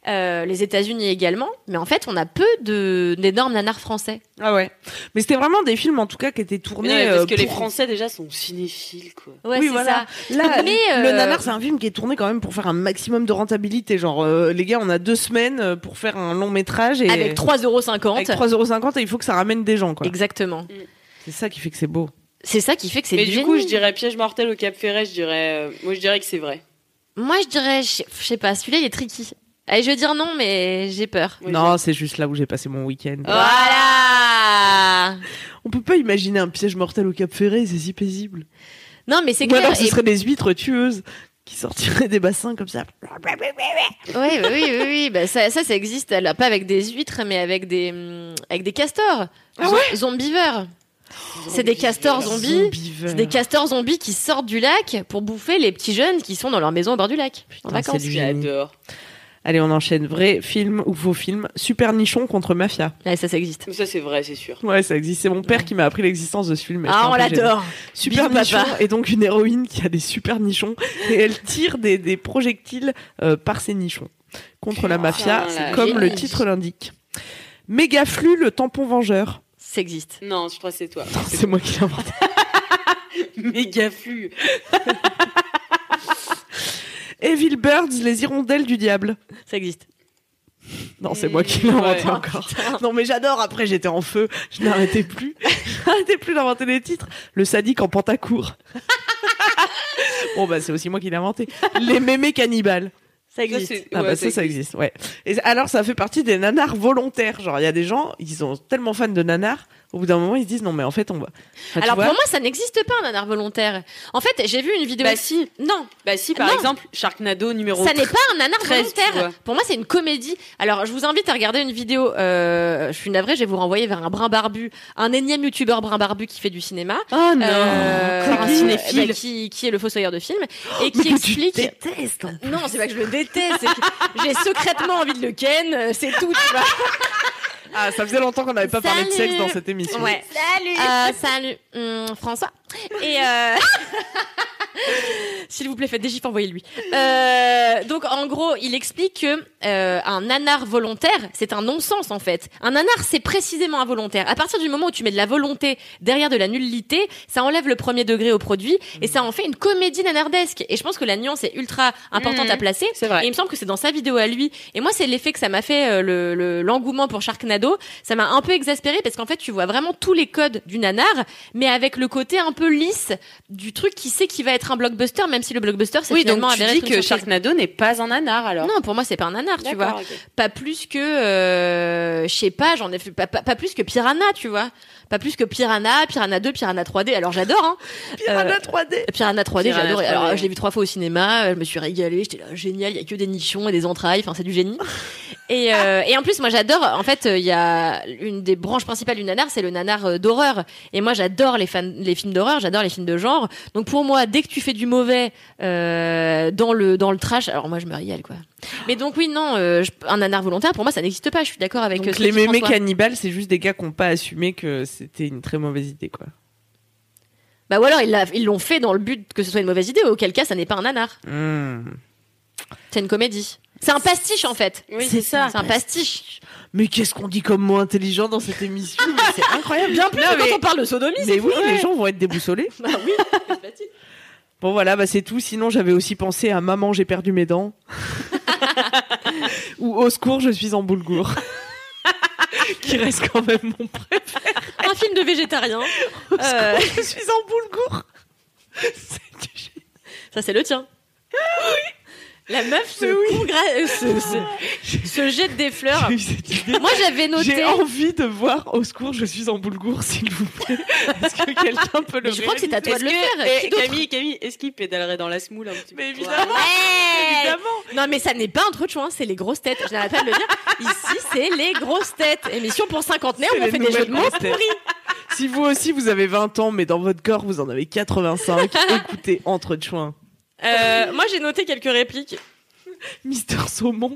euh, les États-Unis également. Mais en fait, on a peu de d'énormes nanars français.
Ah ouais. Mais c'était vraiment des films, en tout cas, qui étaient
Mais
tournés.
non, mais parce
euh,
que les
pour-
Français déjà sont cinéphiles quoi.
Ouais,
oui,
c'est
voilà. Là,
Mais,
le
euh,
nanar, c'est un film qui est tourné quand même pour faire un maximum de rentabilité. Genre, euh, les gars, on a deux semaines euh, pour faire un long métrage et
ça. Avec 3,50
avec 3,50 et il faut que ça ramène des gens, quoi.
Exactement.
C'est ça qui fait que c'est beau.
C'est ça qui fait que c'est
Mais
du
du coup,
génie.
je dirais piège mortel au Cap Ferret, je dirais euh, moi je dirais que c'est vrai.
Moi, je dirais, je sais- je sais pas, celui-là, il est tricky. Allez, je vais dire non, mais j'ai peur.
Oui,
non, c'est juste là où j'ai passé mon week-end.
Ah. Voilà
On peut pas imaginer un piège mortel au Cap Ferré, c'est si paisible.
Non, mais c'est
Ou
clair.
alors ce
et-
seraient des huîtres tueuses qui sortiraient des bassins comme ça.
Ouais, bah oui, oui, oui. Bah, ça, ça, ça existe. Alors, pas avec des huîtres, mais avec des, hum, avec des castors.
Ah
ouais Zombiveurs. C'est des castors zombies.
Zombiveurs.
C'est des castors zombies qui sortent du lac pour bouffer les petits jeunes qui sont dans leur maison au bord du lac. en
Putain,
vacances.
c'est du génie.
J'adore.
Allez, on enchaîne. Vrai film ou faux film Super nichon contre mafia.
Ouais, ça, ça existe.
Ça c'est vrai, c'est sûr.
Ouais, ça existe. C'est mon père qui m'a appris l'existence de ce film. et j'étais
Ah,
un
on
peu gênée.
l'adore.
Super
Bisous,
nichon
papa.
et donc une héroïne qui a des super nichons et elle tire des, des projectiles euh, par ses nichons contre la mafia,
Putain, la
comme le
vache.
titre l'indique. Mégaflu, le tampon vengeur.
Ça existe.
Non, je crois que c'est toi.
Non, C'est moi qui l'ai inventé.
Méga flux.
Evil Birds, les hirondelles du diable.
Ça existe.
Non, c'est moi qui
Mm,
l'ai inventé
ouais.
encore. Non, mais j'adore. Après, j'étais en feu. Je n'arrêtais plus. Je n'arrêtais plus d'inventer les titres. Le sadique en pantacourt. bon, bah, c'est aussi moi qui l'ai inventé. Les mémés cannibales.
Ça
Ça,
existe.
c'est-
Ah
ouais,
bah ça, ça existe, ouais. Et alors, ça fait partie des nanars volontaires. Genre, il y a des gens, ils sont tellement fans de nanars, au bout d'un moment, ils se disent, non, mais en fait, on va... Enfin, Ah, tu
Alors
vois,
pour moi, ça n'existe pas un nanar volontaire. En fait, j'ai vu une vidéo.
Bah si,
Non,
bah si par
Ah,
Non.
exemple Sharknado numéro
ça n'est pas un nanar
13, tu
volontaire.
vois.
Pour moi, c'est une comédie. Alors, je vous invite à regarder une vidéo. euh, je suis navrée, je vais vous renvoyer vers un brin barbu, un énième youtubeur brin barbu qui fait du cinéma,
Oh non
Euh,
encore un cinéphile.
bah, qui, qui est le fossoyeur de films et
Mais
qui
que tu
explique.
détestes, hein.
Non, c'est pas que je le déteste. c'est que J'ai secrètement envie de le ken. euh, C'est tout. Tu vois.
Ah, ça faisait longtemps qu'on n'avait pas parlé de
euh, Salut.
sexe dans cette émission.
Ouais.
Ah,
Salut. Euh, salut, Hum, François. Et euh, s'il vous plaît, faites des gifs, envoyez-lui. Euh, donc en gros, il explique que euh, un nanar volontaire, c'est un non-sens en fait. Un nanar, c'est précisément involontaire. À partir du moment où tu mets de la volonté derrière de la nullité, ça enlève le premier degré au produit et ça en fait une comédie nanardesque. Et je pense que la nuance est ultra importante
Mhm.
à placer.
C'est
Et
vrai.
il me semble que c'est dans sa vidéo à lui. Et moi, c'est l'effet que ça m'a fait euh, le- le- l'engouement pour Sharknado. Ça m'a un peu exaspéré parce qu'en fait, tu vois vraiment tous les codes du nanar, mais avec le côté un peu lisse du truc qui sait qui va être un blockbuster, même si le blockbuster c'est
Oui, donc
finalement
tu
avéré
dis
être une
que
surprise.
Sharknado n'est pas un nanar alors.
Non, pour moi, c'est pas un nanar. nanar, tu vois. Pas plus que, euh, je sais pas, j'en ai fait pas, pas, pas plus que Piranha, tu vois. Pas plus que Piranha, Piranha 2, Piranha 3D. Alors j'adore, hein.
Piranha 3D.
Piranha 3D, j'ai
Piranha
adoré. Alors
3D.
je l'ai vu trois fois au cinéma, euh, je me suis régalée, j'étais là génial, il y a que des nichons et des entrailles, enfin c'est du génie. Et, euh, et en plus moi j'adore, en fait euh, il y a une des branches principales du nanar, c'est le nanar euh, d'horreur. Et moi j'adore les, fans- les films d'horreur, j'adore les films de genre. Donc pour moi dès que tu fais du mauvais euh, dans le dans le trash, alors moi je me régale quoi. Mais donc oui non, euh, je- un nanar volontaire pour moi ça n'existe pas, je suis d'accord avec. euh,
Donc
ce que
les
dit
mémés
François.
cannibales, c'est juste des gars qui n'ont pas assumé que c'était une très mauvaise idée, quoi.
Bah ou alors ils l'a- ils l'ont fait dans le but que ce soit une mauvaise idée, auquel cas ça n'est pas un nanar.
Hmm.
C'est une comédie. C'est un pastiche en fait.
Oui, c'est ça.
C'est un pastiche.
Mais qu'est-ce qu'on dit comme mot intelligent dans cette émission Mais C'est incroyable.
Bien plus
Non,
que
mais-
quand on parle de sodomie,
Mais
c'est
oui,
fou.
les gens vont être déboussolés. Bon voilà, bah c'est tout. Sinon, j'avais aussi pensé à Maman, j'ai perdu mes dents. Ou Au secours, je suis en boulgour. Qui reste quand même mon prénom.
Un film de végétarien. Euh,
Je suis en boulgour. C'est du génie.
ça, c'est le tien. La meuf se,
Mais oui.
congra- euh, se- se- se jette des fleurs.
J'ai eu cette idée.
Moi, j'avais noté.
J'ai envie de voir Au secours, je suis en boulgour, s'il vous plaît. Est-ce que quelqu'un peut le
Mais je crois que c'est à toi de
Est-ce
le
que-
faire.
eh,
Qui d'autre
Camille, Camille, est-ce qu'il pédalerait dans la smoule un petit peu
Mais
pour
évidemment.
voir
Ouais.
Évidemment.
Non, mais ça n'est pas un truc de chouin, c'est les grosses têtes. Je n'arrête pas de le dire. Ici, c'est les grosses têtes. Émission pour cinquantenaire
C'est
où on
les
fait des jeux
nouvelles
de mots
grosses têtes.
pourris.
Si vous aussi, vous avez 20 ans, mais dans votre corps, vous en avez 85, écoutez Entre Chouin.
Euh, moi, j'ai noté quelques répliques.
Mister Saumon,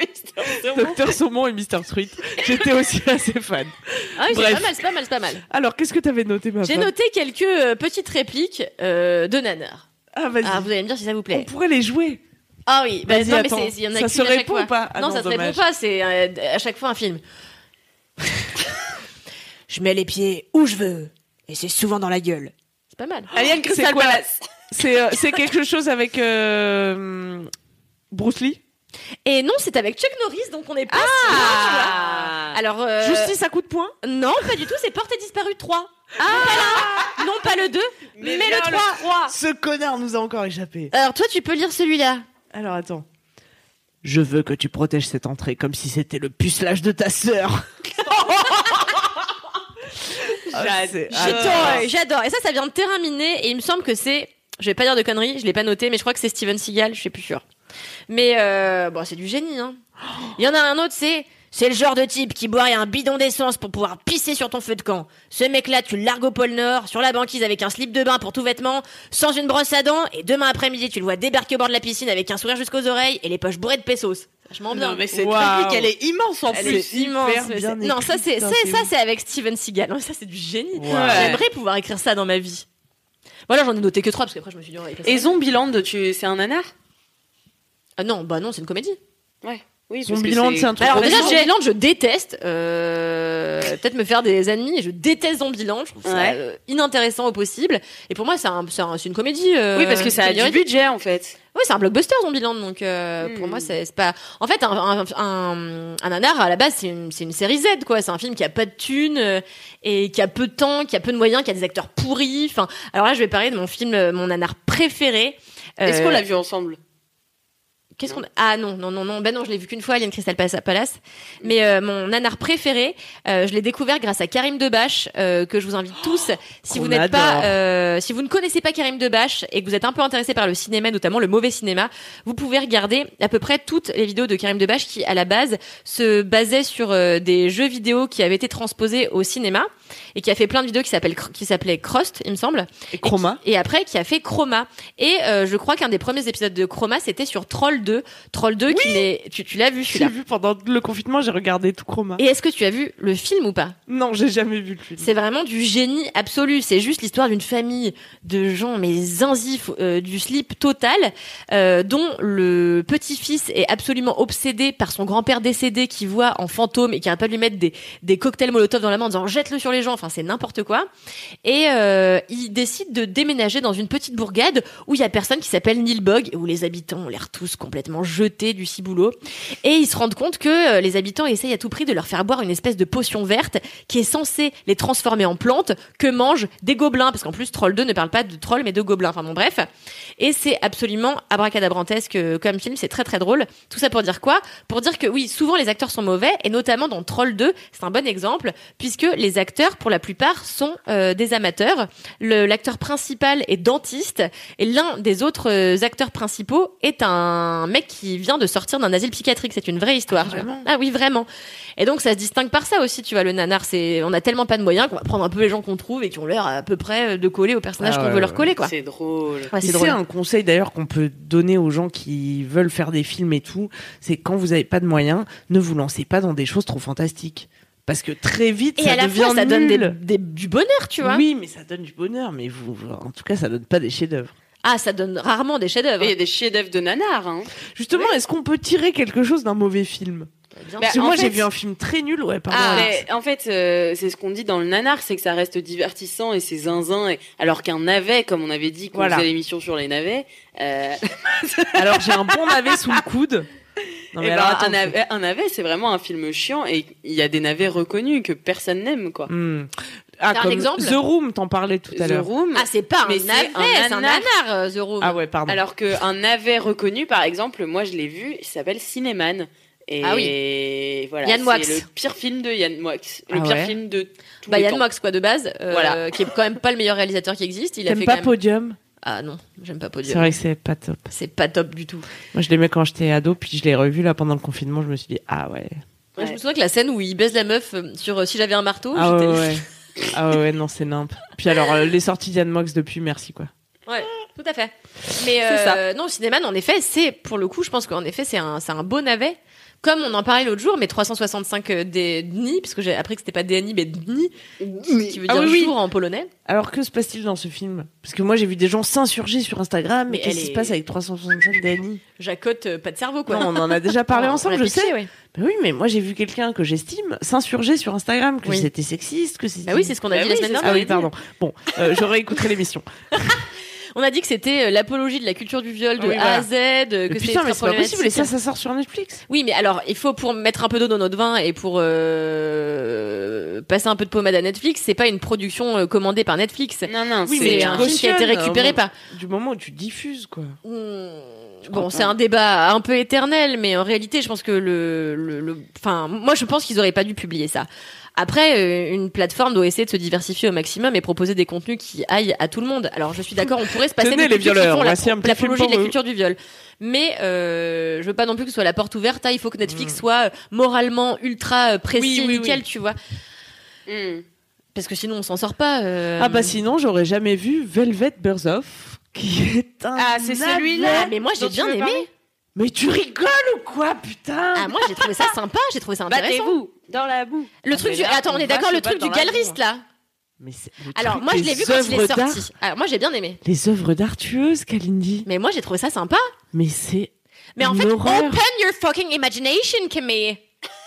Exactement.
Docteur Saumon et Mister Truite. J'étais aussi assez fan.
Ah, oui, c'est
Bref.
pas mal, c'est pas mal, c'est pas mal.
Alors, qu'est-ce que t'avais noté, ma
J'ai
femme
noté quelques euh, petites répliques euh, de nanar.
Ah, vas-y.
Ah, vous allez me dire si ça vous plaît.
On pourrait les jouer.
Ah oui, bah,
Vas-y,
non, mais
attends.
c'est- il y en a
Ça
qu'une
se
à chaque
répond
fois.
ou pas Ah
non,
non,
ça se répond
dommage.
pas, c'est euh, à chaque fois un film.
Je mets les pieds où je veux. Et c'est souvent dans la gueule.
C'est pas mal.
Alien Crystal
quoi
Palace.
C'est euh, c'est quelque chose avec euh, Bruce Lee.
Et non, c'est avec Chuck Norris, donc on est pas si loin, tu vois. Alors, euh,
Justice à coup de poing.
non, pas du tout, c'est Portée disparue 3. Ah Non, pas le 2, mais,
bien
le 3.
Ce connard nous a encore échappé.
Alors, toi, tu peux lire celui-là.
Alors, attends. Je veux que tu protèges cette entrée comme si c'était le pucelage de ta sœur. Ah, c'est-
J'adore, j'adore. Et ça, ça vient de terrain miné, et il me semble que c'est. Je vais pas dire de conneries, je l'ai pas noté, mais je crois que c'est Steven Seagal, je suis plus sûre. Mais euh, bon, c'est du génie, hein. Il y en a un autre, c'est. C'est le genre de type qui boirait un bidon d'essence pour pouvoir pisser sur ton feu de camp. Ce mec-là, tu le largues au pôle Nord, sur la banquise avec un slip de bain pour tout vêtement, sans une brosse à dents, et demain après-midi, tu le vois débarquer au bord de la piscine avec un sourire jusqu'aux oreilles et les poches bourrées de pesos. C'est Vachement bien.
Non, mais cette
Waouh.
réplique, elle est immense en
Elle
plus.
est immense.
hyper
mais
bien
c'est- non,
écrite,
ça c'est
putain,
c'est-
c'est
ça
ouf.
c'est avec Steven Seagal. Non, ça c'est du génie.
Ouais.
J'aimerais pouvoir écrire ça dans ma vie. Voilà, j'en ai noté que trois parce qu'après je me suis dit. on va y passer.
Et Zombieland, tu... c'est un nanar
Ah non, bah non, c'est une comédie.
Ouais. Oui, parce que
Zombieland, c'est un truc.
Alors
Bah,
déjà,
non.
Zombieland, je déteste. euh, Peut-être me faire des ennemis. et Je déteste Zombieland. Je trouve ça
Ouais.
euh, inintéressant au possible. Et pour moi, c'est un, c'est un- c'est une comédie. euh,
Oui, parce que ça a du
générique.
budget en fait.
Ouais, c'est un blockbuster Zombieland, donc euh, pour
Hmm.
moi c'est c'est pas. En fait, un, un, un, un nanar à la base c'est une, c'est une série Z quoi. C'est un film qui a pas de thunes euh, et qui a peu de temps, qui a peu de moyens, qui a des acteurs pourris. Enfin, alors là je vais parler de mon film, euh, mon nanar préféré. Euh,
Est-ce qu'on l'a vu ensemble
Qu'est-ce qu'on Ah non non non non ben non je l'ai vu qu'une fois Alien Crystal Palace- Palace
Mm.
mais euh, mon nanar préféré euh, je l'ai découvert grâce à Karim Debache euh, que je vous invite tous si
Oh, qu'on
vous n'êtes pas
adore.
euh, si vous ne connaissez pas Karim Debache et que vous êtes un peu intéressé par le cinéma notamment le mauvais cinéma vous pouvez regarder à peu près toutes les vidéos de Karim Debache qui à la base se basait sur euh, des jeux vidéo qui avaient été transposés au cinéma et qui a fait plein de vidéos qui s'appellent qui s'appelait Crust il me semble
Et Chroma.
et après qui a fait Chroma. Et euh, je crois qu'un des premiers épisodes de Chroma c'était sur Troll 2. Troll 2 qui n'est tu, tu l'as vu
J'ai
celui-là.
vu pendant le confinement, j'ai regardé tout Chroma.
Et est-ce que tu as vu le film ou pas
Non, j'ai jamais vu le film.
C'est vraiment du génie absolu. C'est juste l'histoire d'une famille de gens mais zinzifs euh, du slip total, euh, dont le petit-fils est absolument obsédé par son grand-père décédé qui voit en fantôme et qui arrête pas de lui mettre des, des cocktails Molotov dans la main en disant jette-le sur les les gens. Enfin, c'est n'importe quoi. Et euh, il décide de déménager dans une petite bourgade où il y a personne qui s'appelle Nilbog et où les habitants ont l'air tous complètement jetés du ciboulot. Et ils se rendent compte que euh, les habitants essayent à tout prix de leur faire boire une espèce de potion verte qui est censée les transformer en plantes que mangent des gobelins. Parce qu'en plus, Troll 2 ne parle pas de troll mais de gobelins. Enfin bon, bref. Et c'est absolument abracadabrantesque euh, comme film. C'est très très drôle. Tout ça pour dire quoi Pour dire que oui, souvent les acteurs sont mauvais et notamment dans Troll 2, c'est un bon exemple puisque les acteurs, pour la plupart, sont euh, des amateurs. Le- L'acteur principal est dentiste et l'un des autres euh, acteurs principaux est un mec qui vient de sortir d'un asile psychiatrique. C'est une vraie histoire. tu vois. Ah oui, vraiment. Et donc ça se distingue par ça aussi, tu vois. Le nanar, c'est on a tellement pas de moyens qu'on va prendre un peu les gens qu'on trouve et qui ont l'air à peu près euh, de coller au personnage
Ah
qu'on
ouais,
veut leur
ouais.
coller, quoi.
C'est drôle.
Ouais,
C'est un conseil d'ailleurs qu'on peut donner aux gens qui veulent faire des films et tout, c'est quand vous n'avez pas de moyens, ne vous lancez pas dans des choses trop fantastiques. Parce que très vite,
Et
ça
à la
devient
fois, ça donne des-
nul.
des- du bonheur, tu vois.
Oui, mais ça donne du bonheur, mais vous, en tout cas, ça donne pas des chefs-d'œuvre.
Ah, ça donne rarement des chefs-d'œuvre.
Il y a des chefs-d'œuvre de nanar. Hein.
Justement, est-ce qu'on peut tirer quelque chose d'un mauvais film
Bien
Bah,
Parce que
en
moi,
fait-
j'ai vu un film très nul, ouais, pardon.
Ah,
Alex.
mais en fait, euh, c'est ce qu'on dit dans le nanar, c'est que ça reste divertissant et c'est zinzin. et- Alors qu'un navet, comme on avait dit qu'on
Voilà.
faisait l'émission sur les navets, euh,
Alors, j'ai un bon navet sous le coude. Non,
eh
mais
ben,
alors, attends,
un navet, un navet, c'est vraiment un film chiant et il y a des navets reconnus que personne n'aime, quoi.
Hmm. Ah,
T'as un
comme
exemple
The Room, t'en parlais tout à
The
l'heure.
Room.
Ah, c'est pas un
Mais
navet,
c'est un
c'est un nanar,
nanar.
euh, The Room.
Ah ouais, pardon.
alors qu'un navet reconnu, par exemple, moi je l'ai vu, il s'appelle Cinéman. Et
Ah
voilà,
Yann Moix.
c'est le pire film de Yann Moix. Le
Ah
pire
ouais.
film de tous
bah,
les
Yann
temps.
Mox, quoi, de base, euh,
Voilà.
qui est quand même pas le meilleur réalisateur qui existe. Il a
T'aimes
fait
pas
quand même...
Podium
Ah non, j'aime pas
C'est
Podium.
vrai que c'est pas top.
C'est pas top du tout.
Moi, je l'aimais quand j'étais ado, puis je l'ai revu là pendant le confinement. Je me suis dit, ah ouais.
Moi, Je
Ouais.
me souviens que la scène où il baise la meuf euh, sur euh, Si j'avais un marteau,
Ah ouais,
j'étais-
ouais. ah ouais, ouais, non, c'est nimp. Puis alors, euh, les sorties d'Yann Mox depuis, merci quoi.
Tout à fait. Mais
C'est
euh, non, Cinéman, en effet, c'est pour le coup, je pense qu'en effet, c'est un, c'est un beau navet. Comme on en parlait l'autre jour, mais 365 euh, des DNI, parce que j'ai appris que c'était pas DNI, mais DNI, qui veut dire
Ah oui, oui.
jour en polonais.
Alors, que se passe-t-il dans ce film Parce que moi, j'ai vu des gens s'insurger sur Instagram.
Mais
Mais qu'est-ce
elle
qui
est-
se passe avec 365 Dani
Jacotte, euh, pas de cerveau, quoi.
Non, on en a déjà parlé
On- on
ensemble,
l'a
je
pitché,
sais.
ouais.
Mais oui, mais moi, j'ai vu quelqu'un que j'estime s'insurger sur Instagram, que
Oui.
c'était sexiste, que c'était.
Bah oui, c'est ce qu'on a
Bah
dit
oui,
la semaine
c'est ça.
dernière.
Ah oui, pardon. Bon, euh, je réécouterai l'émission.
On a dit que c'était euh, l'apologie de la culture du viol de
Oui,
A
voilà.
à Z, euh, que c'est
Mais Putain,
très
mais c'est pas possible. Et
problématique.
ça, ça sort sur Netflix.
Oui, mais alors, il faut pour mettre un peu d'eau dans notre vin et pour euh, passer un peu de pommade à Netflix, c'est pas une production euh, commandée par Netflix.
Non, non,
Oui,
c'est
mais tu
un film qui a été
cautionnes,
récupéré
euh,
par.
Du moment où tu diffuses, quoi.
Hmm, Bon,
crois
c'est
pas.
un débat un peu éternel, mais en réalité, je pense que le, le, le- enfin, moi, je pense qu'ils auraient pas dû publier ça. Après, euh, une plateforme doit essayer de se diversifier au maximum et proposer des contenus qui aillent à tout le monde. Alors, je suis d'accord, on pourrait se passer
Tenez,
des
les
contenus qui
violeurs,
font la-
voici un petit film
l'apologie de la
pour eux.
culture du viol. Mais euh, je veux pas non plus que ce soit la porte ouverte. Ah, il faut que
Hmm.
Netflix soit euh, moralement ultra euh, précis,
Oui,
et
oui,
nickel, tu vois,
Hmm.
parce que sinon, on s'en sort pas. euh.
Ah bah sinon, j'aurais jamais vu Velvet Burzoff, qui est un.
Ah, c'est
navet.
celui-là.
Ah, mais moi, j'ai
dont tu
bien
veux
aimé.
parler
Mais tu rigoles ou quoi, putain
Ah, moi, j'ai trouvé ça sympa, j'ai trouvé ça
Bah,
intéressant.
Battez-vous dans la boue.
Le
Ah,
truc
mais
du...
là,
Attends, on
on
est
va
d'accord,
se
le truc
battre
du
dans la
galeriste, là
Mais c'est- le
Alors,
truc
moi, je
des
l'ai vu quand il est
œuvres d'art-
sorti. Alors, moi, j'ai bien aimé.
Les œuvres d'art tueuses, Kalindi.
Mais moi, j'ai trouvé ça sympa.
Mais c'est.
Mais en
Une
fait,
horreur.
open your fucking imagination, Camille.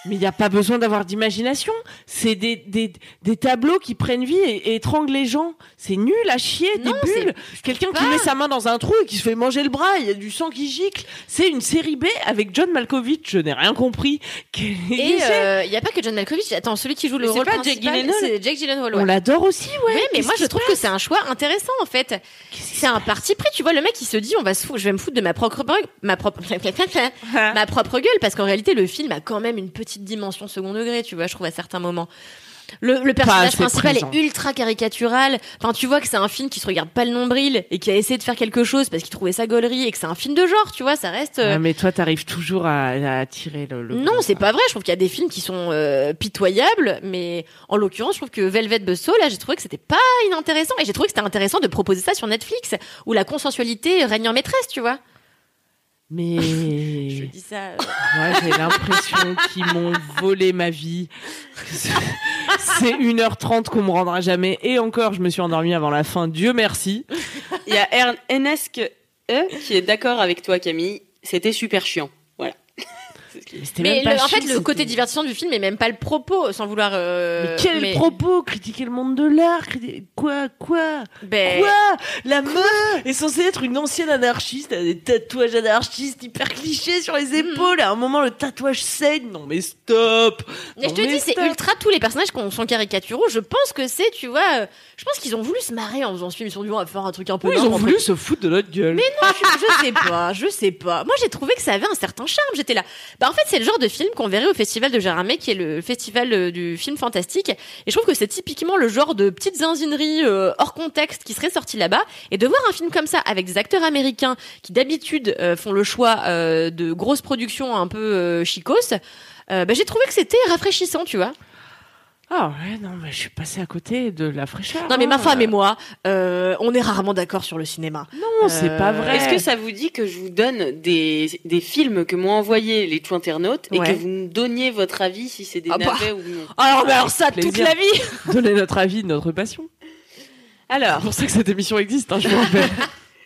Mais il n'y a pas besoin d'avoir d'imagination. C'est des, des, des tableaux qui prennent vie et, et étranglent les gens. C'est nul à chier,
Non,
des bulles. Quelqu'un qui
pas.
met sa main dans un trou et qui se fait manger le bras, il y a du sang qui gicle. C'est une série B avec John Malkovich, je n'ai rien compris. Quel euh,
Et euh, il
essai.
n'y a pas que John Malkovich. Attends, celui qui joue le
Mais c'est
rôle
pas Jake
principal,
Gyllenhaal
c'est Jake Gyllenhaal.
On
Ouais.
l'adore aussi, ouais.
Ouais, mais
Qu'est-ce
moi, je
qui
trouve que c'est un choix intéressant, en fait. C'est un parti pris, tu vois. Le mec, il se dit, on va se fou- je vais me foutre de ma propre, ma propre, ma propre gueule, parce qu'en réalité, le film a quand même une petite dimension second degré, tu vois, je trouve à certains moments. Le, le personnage
assez
principal
présent.
est ultra caricatural. Enfin, tu vois que c'est un film qui se regarde pas le nombril et qui a essayé de faire quelque chose parce qu'il trouvait ça gaulerie et que c'est un film de genre, tu vois, ça reste. euh,
Ah, mais toi, t'arrives toujours à, à attirer le. le-
non, c'est pas vrai. Je trouve qu'il y a des films qui sont euh, pitoyables, mais en l'occurrence, je trouve que Velvet Buzzsaw, là, j'ai trouvé que c'était pas inintéressant. Et j'ai trouvé que c'était intéressant de proposer ça sur Netflix, où la consensualité règne en maîtresse, tu vois.
Mais.
Je dis ça. euh,
Moi, j'ai l'impression qu'ils m'ont volé ma vie. C'est 1h30 qu'on me rendra jamais. Et encore, je me suis endormie avant la fin. Dieu merci.
Il y a Ern- Ernest E qui est d'accord avec toi, Camille. C'était super chiant. Voilà. C'est ce
C'était
Mais
même pas
le- en
chill,
fait, le
c'était-
côté divertissant du film est même pas le propos, sans vouloir. euh,
Mais quel
mais-
propos Critiquer le monde de l'art criti- Quoi Quoi
Ben,
Quoi La meuf est censée être une ancienne anarchiste, elle a des tatouages anarchistes hyper clichés sur les
Mm.
épaules. À un moment, le tatouage saigne. Non mais stop
Mais je te
Non,
dis, c'est
stop.
ultra. Tous les personnages qu'on- sont caricaturaux, je pense que c'est, tu vois, euh, je pense qu'ils ont voulu se marrer en faisant ce film. Ils se sont dit, on va faire un truc un peu.
ils ont
marrant,
voulu se foutre de notre gueule.
Mais non, je, je sais pas, je sais pas. Moi, j'ai trouvé que ça avait un certain charme. J'étais là. Bah, en fait, c'est le genre de film qu'on verrait au festival de Jaramé, qui est le festival euh, du film fantastique. Et je trouve que c'est typiquement le genre de petites zinzineries euh, hors contexte qui serait sorti là-bas. Et de voir un film comme ça avec des acteurs américains qui d'habitude euh, font le choix euh, de grosses productions un peu euh, chicos. euh, bah, j'ai trouvé que c'était rafraîchissant, tu vois.
Ah ouais, non mais je suis passée à côté de la fraîcheur.
Non, mais ma
hein.
femme et moi, euh, on est rarement d'accord sur le cinéma.
Non, c'est
Euh,
pas vrai.
Est-ce que ça vous dit que je vous donne des, des films que m'ont envoyé les tout internautes et
Ouais.
que vous me donniez votre avis si c'est des
Ah bah.
navets ou non
Alors, mais alors ça, toute
Plaisir.
la vie.
Donner notre avis, notre passion.
Alors,
C'est pour ça que cette émission existe, hein, je vous rappelle.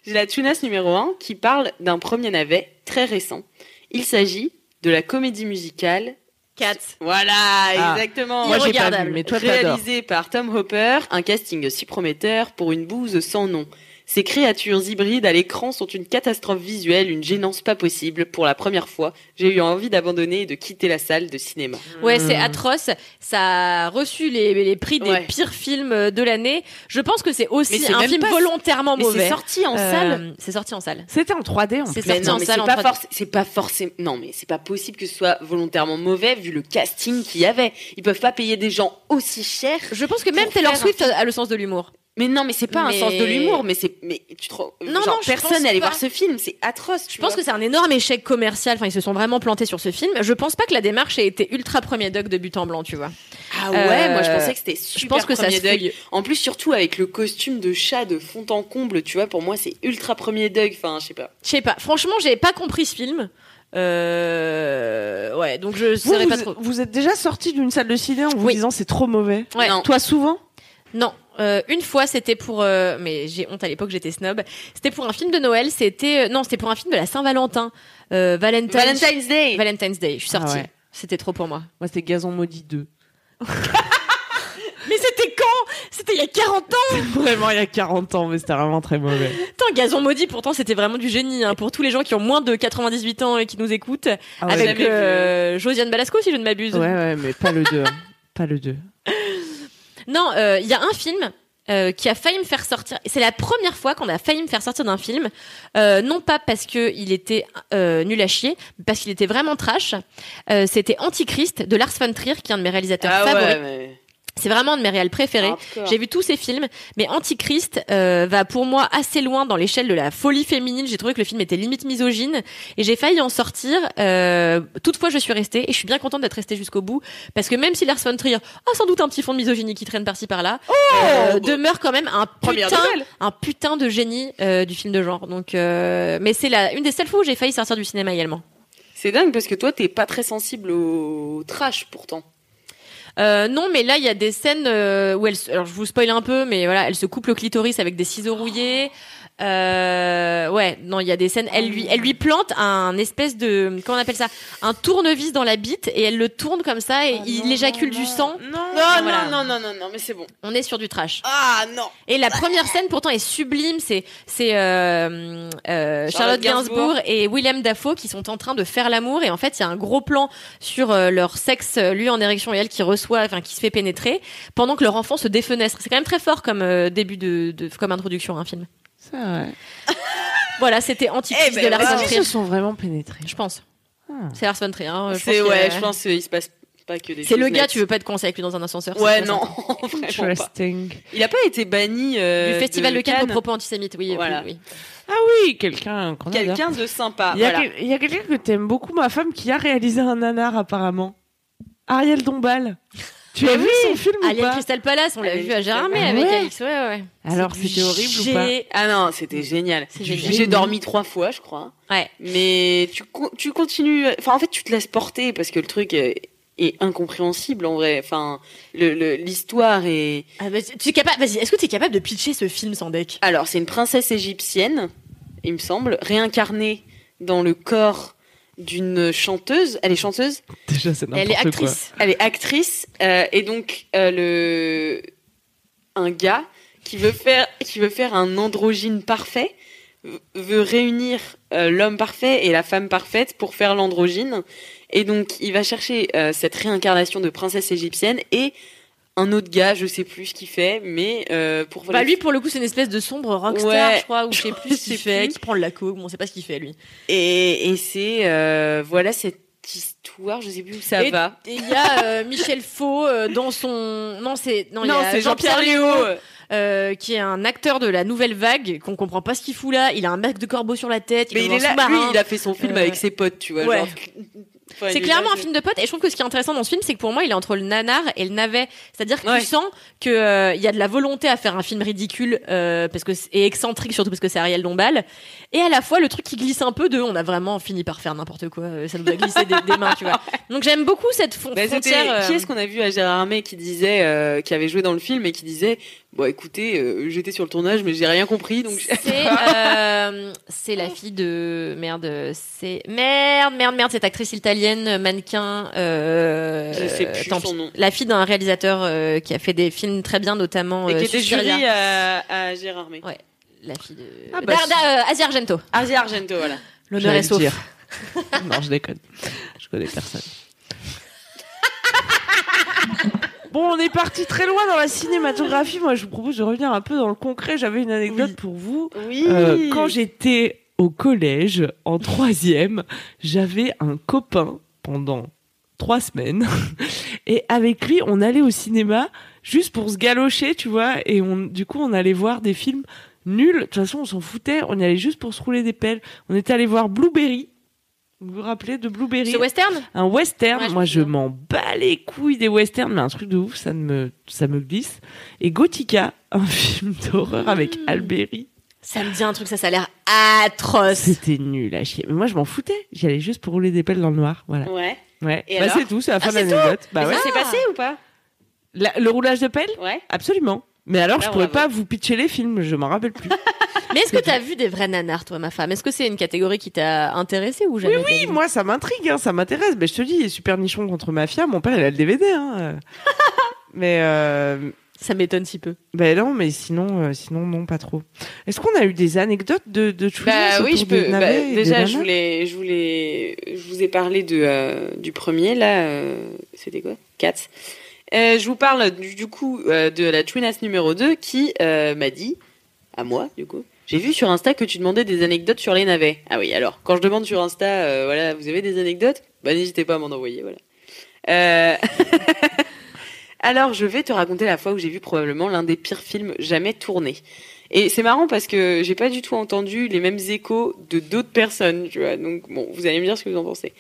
J'ai la Tunas numéro 1 qui parle d'un premier navet très récent. Il s'agit de la comédie musicale.
Quatre.
Voilà,
Ah.
exactement.
Moi j'ai pas
Irregardable.
vu, mais toi t'adores.
Réalisée par Tom Hopper, un casting si prometteur pour une bouse sans nom. Ces créatures hybrides à l'écran sont une catastrophe visuelle, une gênance pas possible. Pour la première fois, j'ai eu envie d'abandonner et de quitter la salle de cinéma.
Ouais,
Hmm.
c'est atroce. Ça a reçu les, les prix des
Ouais.
pires films euh, de l'année. Je pense que c'est
Mais
aussi
c'est
un
même
film
pas-
volontairement
Mais c'est
mauvais.
sorti en
Euh,
salle
C'est sorti en salle.
C'était en 3D en plus.
C'est
Mais
sorti
non,
en
mais c'est
salle en
pas
3D.
forcé- c'est pas forcément. Non, mais c'est pas possible que ce soit volontairement mauvais vu le casting qu'il y avait. Ils peuvent pas payer des gens aussi cher.
Je pense que même
Pour
Taylor
faire un
Swift a le sens de l'humour.
Mais non, mais c'est pas un
Mais-
sens de l'humour. Mais c'est. Mais tu trouves.
Non,
genre,
non, je pense
personne allait
pas.
voir ce film. C'est atroce.
Je pense que c'est un énorme échec commercial. Enfin, ils se sont vraiment plantés sur ce film. Je pense pas que la démarche ait été ultra premier doc de but en blanc, tu vois.
Ah ouais,
Euh,
moi je pensais que c'était super.
Je pense que ça se
premier Doug.
fouille.
En plus, surtout avec le costume de chat de fond en comble, tu vois, pour moi c'est ultra premier Doug. Enfin, je sais pas.
Je sais pas. Franchement, j'ai pas compris ce film. Euh... Ouais, donc je
Vous,
saurais pas
vous-
trop.
vous êtes déjà sorti d'une salle de ciné en vous
Oui.
disant c'est trop mauvais.
Ouais.
Non.
Toi souvent
Non, euh, une fois c'était pour euh, mais j'ai honte à l'époque j'étais snob. C'était pour un film de Noël, c'était euh, non, c'était pour un film de la Saint-Valentin. Euh, Valentine's,
Valentine's Day.
Valentine's Day, je suis
Ah
sortie.
ouais.
C'était trop pour moi.
Moi c'était Gazon Maudit 2.
Mais c'était quand C'était il y a 40 ans.
vraiment il y a 40 ans, mais c'était vraiment très mauvais.
Putain, Gazon maudit pourtant c'était vraiment du génie hein, pour tous les gens qui ont moins de 98 ans et qui nous écoutent
Ah ouais.
avec
Jamais vu.
euh, Josiane Balasco si je ne m'abuse.
Ouais, ouais, mais pas le 2. pas le 2.
Non, euh, il y a un film euh, qui a failli me faire sortir. C'est la première fois qu'on a failli me faire sortir d'un film, Euh, non pas parce que il était euh, nul à chier, mais parce qu'il était vraiment trash. Euh, C'était Antichrist de Lars von Trier, qui est un de mes réalisateurs
Ah
favoris.
ouais, Ah, mais-
C'est vraiment un de mes réals préférés.
hardcore.
J'ai vu tous ces films, mais Antichrist euh, va pour moi assez loin dans l'échelle de la folie féminine. J'ai trouvé que le film était limite misogyne et j'ai failli en sortir. Euh, toutefois, je suis restée et je suis bien contente d'être restée jusqu'au bout parce que même si Lars von Trier a sans doute un petit fond de misogynie qui traîne par-ci par-là, euh, demeure quand même un
Oh, Première
putain,
nouvelle.
un putain de génie euh, du film de genre. Donc, euh, mais c'est la une des seules fois où j'ai failli sortir du cinéma également.
C'est dingue parce que toi t'es pas très sensible au trash pourtant.
Euh, non, mais là, il y a des scènes euh, où elle. se- Alors, je vous spoil un peu, mais voilà, elle se coupe le clitoris avec des ciseaux rouillés. Euh, ouais, non, il y a des scènes. Elle lui, elle lui plante un espèce de. Comment on appelle ça Un tournevis dans la bite et elle le tourne comme ça et il éjacule du sang.
Ah Non.
Non,
Voilà.
non, non, non, non, non, mais c'est bon.
On est sur du trash.
Ah non.
Et la première scène, pourtant, est sublime. C'est c'est euh, euh,
Charlotte
Charlotte Gainsbourg
Gainsbourg.
et Willem Dafoe qui sont en train de faire l'amour. Et en fait, il y a un gros plan sur euh, leur sexe, euh, lui en érection et elle qui reçoit, enfin qui se fait pénétrer, pendant que leur enfant se défenestre. C'est quand même très fort comme euh, début de, de- comme introduction à un film.
C'est vrai. Ah,
Voilà, c'était anti
Eh ben
de Lars
voilà.
von
Est-ce qu'ils
Trier.
se sont vraiment pénétrés
Je pense.
Ah.
C'est Lars von Trier. hein. Je
C'est
pense qu'il y a-
ouais, je pense qu'il se passe pas que des
C'est le
choses
gars,
nettes.
tu veux pas être coincé avec lui dans un ascenseur. c'est
Ouais,
pas
non,
ça.
vraiment pas.
Interesting.
Il a pas été banni euh,
Du festival de Cannes
Cannes.
pour propos antisémites, oui.
Voilà.
oui, oui.
Ah oui, quelqu'un qu'on adore.
Quelqu'un de
Ah,
sympa.
Il y a,
voilà.
quel- il y a quelqu'un que t'aimes beaucoup, ma femme, qui a réalisé un nanar apparemment. Ariel Dombal. Tu as vu son film ou
Alien
pas
Crystal Palace, on l'a
Alien
vu à
Crystal
Gérardmer
Palace.
avec
Ah Ouais.
Alix. Ouais, ouais.
Alors
C'est du
c'était horrible ou pas
gé-
Ah non, c'était génial.
C'est génial.
J'ai dormi trois fois, je crois.
Ouais.
Mais tu, co- tu continues. Enfin, en fait, tu te laisses porter parce que le truc est, est incompréhensible en vrai. Enfin, le- le- l'histoire est.
Ah, bah, tu es capable. Vas-y. Est-ce que tu es capable de pitcher ce film sans deck
Alors, c'est une princesse égyptienne, il me semble, réincarnée dans le corps d'une chanteuse. Elle est chanteuse.
Déjà, c'est n'importe
Elle est
quoi.
actrice.
Elle est actrice euh, et donc euh, le un gars qui veut faire qui veut faire un androgyne parfait v- veut réunir euh, l'homme parfait et la femme parfaite pour faire l'androgyne et donc il va chercher euh, cette réincarnation de princesse égyptienne et un autre gars je sais plus ce qu'il fait mais euh, pour
Bah lui pour le coup c'est une espèce de sombre rockstar
Ouais.
je crois ou je sais plus ce qu'il
Je sais
fait,
plus.
qui prend de la coke, bon, on sait pas ce qu'il fait lui.
et, et c'est euh, voilà cette histoire je sais plus où ça
Et-
va
Et il y a euh, Michel Faux euh, dans son non c'est non, il y a Léaud,
Léaud.
euh, qui est un acteur de la nouvelle vague qu'on comprend pas ce qu'il fout là, il a un masque de corbeau sur la tête,
Mais il
dans
est
un
là, lui,
sous-marin.
il a fait son hein. film
Euh,
avec ses potes, tu vois.
ouais.
genre. Enfin, il
C'est
est
clairement
là,
un film de potes et je trouve que ce qui est intéressant dans ce film c'est que pour moi il est entre le nanar et le navet, c'est-à-dire que
Ouais.
tu sens que euh, il y a de la volonté à faire un film ridicule euh, parce que c'est- et excentrique surtout parce que c'est Ariel Dombal et à la fois le truc qui glisse un peu de on a vraiment fini par faire n'importe quoi, euh, ça nous a glissé des, des mains, tu vois. Donc j'aime beaucoup cette fon-
Bah, c'était-
frontière euh,
Qui est-ce qu'on a vu à Gérard Armé qui disait, euh, qui avait joué dans le film et qui disait, bon, écoutez, euh, j'étais sur le tournage, mais j'ai rien compris, donc. j'ai-
C'est euh, c'est la fille de merde c'est merde merde merde cette actrice italienne mannequin euh,
Je sais plus
tant
son
pis.
nom.
la fille d'un réalisateur euh, qui a fait des films très bien notamment
Et
euh,
qui était
Suspiria.
jury à, à Gérard Armé.
Ouais. la fille de
Ah bah,
Darda, euh, Asia Argento
Asie Argento, voilà.
l'honneur
J'allais
est
le
sauf
dire. non, je déconne. Je connais personne. Bon, on est parti très loin dans la cinématographie. Moi, je vous propose de revenir un peu dans le concret. J'avais une anecdote pour vous.
Oui.
Euh, quand j'étais au collège, en troisième, j'avais un copain pendant trois semaines. Et avec lui, on allait au cinéma juste pour se galocher, tu vois. Et on, du coup, on allait voir des films nuls. De toute façon, on s'en foutait. On y allait juste pour se rouler des pelles. On était allé voir Blueberry. Vous vous rappelez de Blueberry
ce western
un western.
Ouais, je
Moi,
me
je
souviens.
m'en bats les couilles des westerns, mais un truc de ouf, ça me, ça me glisse. Et Gothica, un film d'horreur avec
Mm.
Alberi.
ça me dit un truc ça ça a l'air atroce
C'était nul à chier. Mais moi, je m'en foutais. J'y allais juste pour rouler des pelles dans le noir. Voilà.
Ouais.
Ouais.
Et
Bah,
alors
c'est tout, c'est la fin de
c'est
l'anecdote. Bah
Mais
ouais.
ça s'est
Ah.
passé ou pas
La- le roulage de pelles
Ouais.
Absolument. Mais alors, je
Ah,
pourrais
bravo.
pas vous pitcher les films, je m'en rappelle plus.
mais est-ce que t'as vu des vrais nanars toi ma femme est-ce que c'est une catégorie qui t'a intéressée ou jamais t'as
Oui,
vu
moi, ça m'intrigue, hein, ça m'intéresse. Mais je te dis, Super Nichon contre Mafia, mon père, il a le DVD. Hein. mais, euh,
ça m'étonne si peu
Ben non, mais sinon, euh, sinon non, pas trop. Est-ce qu'on a eu des anecdotes de, de choses
Bah oui, je peux. bah, déjà, je voulais,
voulais...
je voulais, je vous ai parlé de euh, du premier là. euh, C'était quoi Katz. Euh, je vous parle du, du coup euh, de la Twinas numéro 2 qui euh, m'a dit à moi du coup. J'ai vu sur Insta que tu demandais des anecdotes sur les navets. Ah oui, alors quand je demande sur Insta, euh, voilà, vous avez des anecdotes Bah n'hésitez pas à m'en envoyer, voilà. Euh, Alors, je vais te raconter la fois où j'ai vu probablement l'un des pires films jamais tournés. Et c'est marrant parce que j'ai pas du tout entendu les mêmes échos de d'autres personnes, tu vois. Donc, bon, vous allez me dire ce que vous en pensez.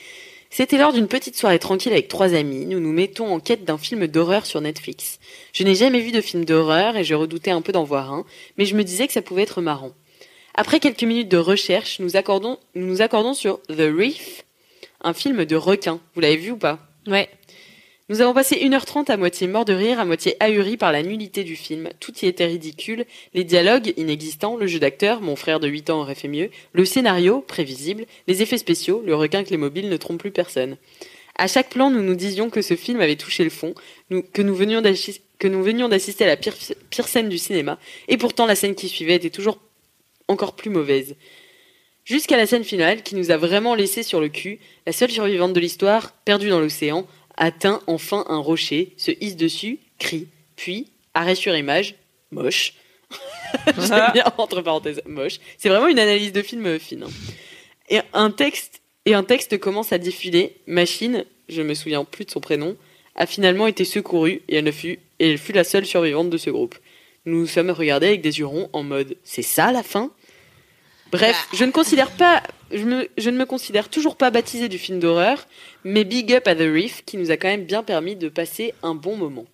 C'était lors d'une petite soirée tranquille avec trois amis. Nous nous mettons en quête d'un film d'horreur sur Netflix. Je n'ai jamais vu de film d'horreur et je redoutais un peu d'en voir un, mais je me disais que ça pouvait être marrant. Après quelques minutes de recherche, nous accordons, nous nous accordons sur The Reef, un film de requin. Vous l'avez vu ou pas?
ouais
Nous avons passé 1h30 à moitié mort de rire, à moitié ahuri par la nullité du film. Tout y était ridicule, les dialogues inexistants, le jeu d'acteur, mon frère de 8 ans aurait fait mieux, le scénario, prévisible, les effets spéciaux, le requin que les mobiles ne trompent plus personne. À chaque plan, nous nous disions que ce film avait touché le fond, nous- que nous venions d'assis- que nous venions d'assister à la pire, pire scène du cinéma, et pourtant la scène qui suivait était toujours encore plus mauvaise. Jusqu'à la scène finale, qui nous a vraiment laissé sur le cul, la seule survivante de l'histoire, perdue dans l'océan, atteint enfin un rocher, se hisse dessus, crie, puis, arrêt sur image, moche. J'aime bien entre parenthèses, moche. C'est vraiment une analyse de film euh, fine. hein. Et un texte et un texte commence à défiler. Machine, je me souviens plus de son prénom, a finalement été secourue et elle ne fut et elle fut la seule survivante de ce groupe. Nous nous sommes regardés avec des hurons en mode c'est ça la fin. Bref, je ne considère pas, je, me- je ne me considère toujours pas baptisé du film d'horreur, mais big up à The Reef qui nous a quand même bien permis de passer un bon moment.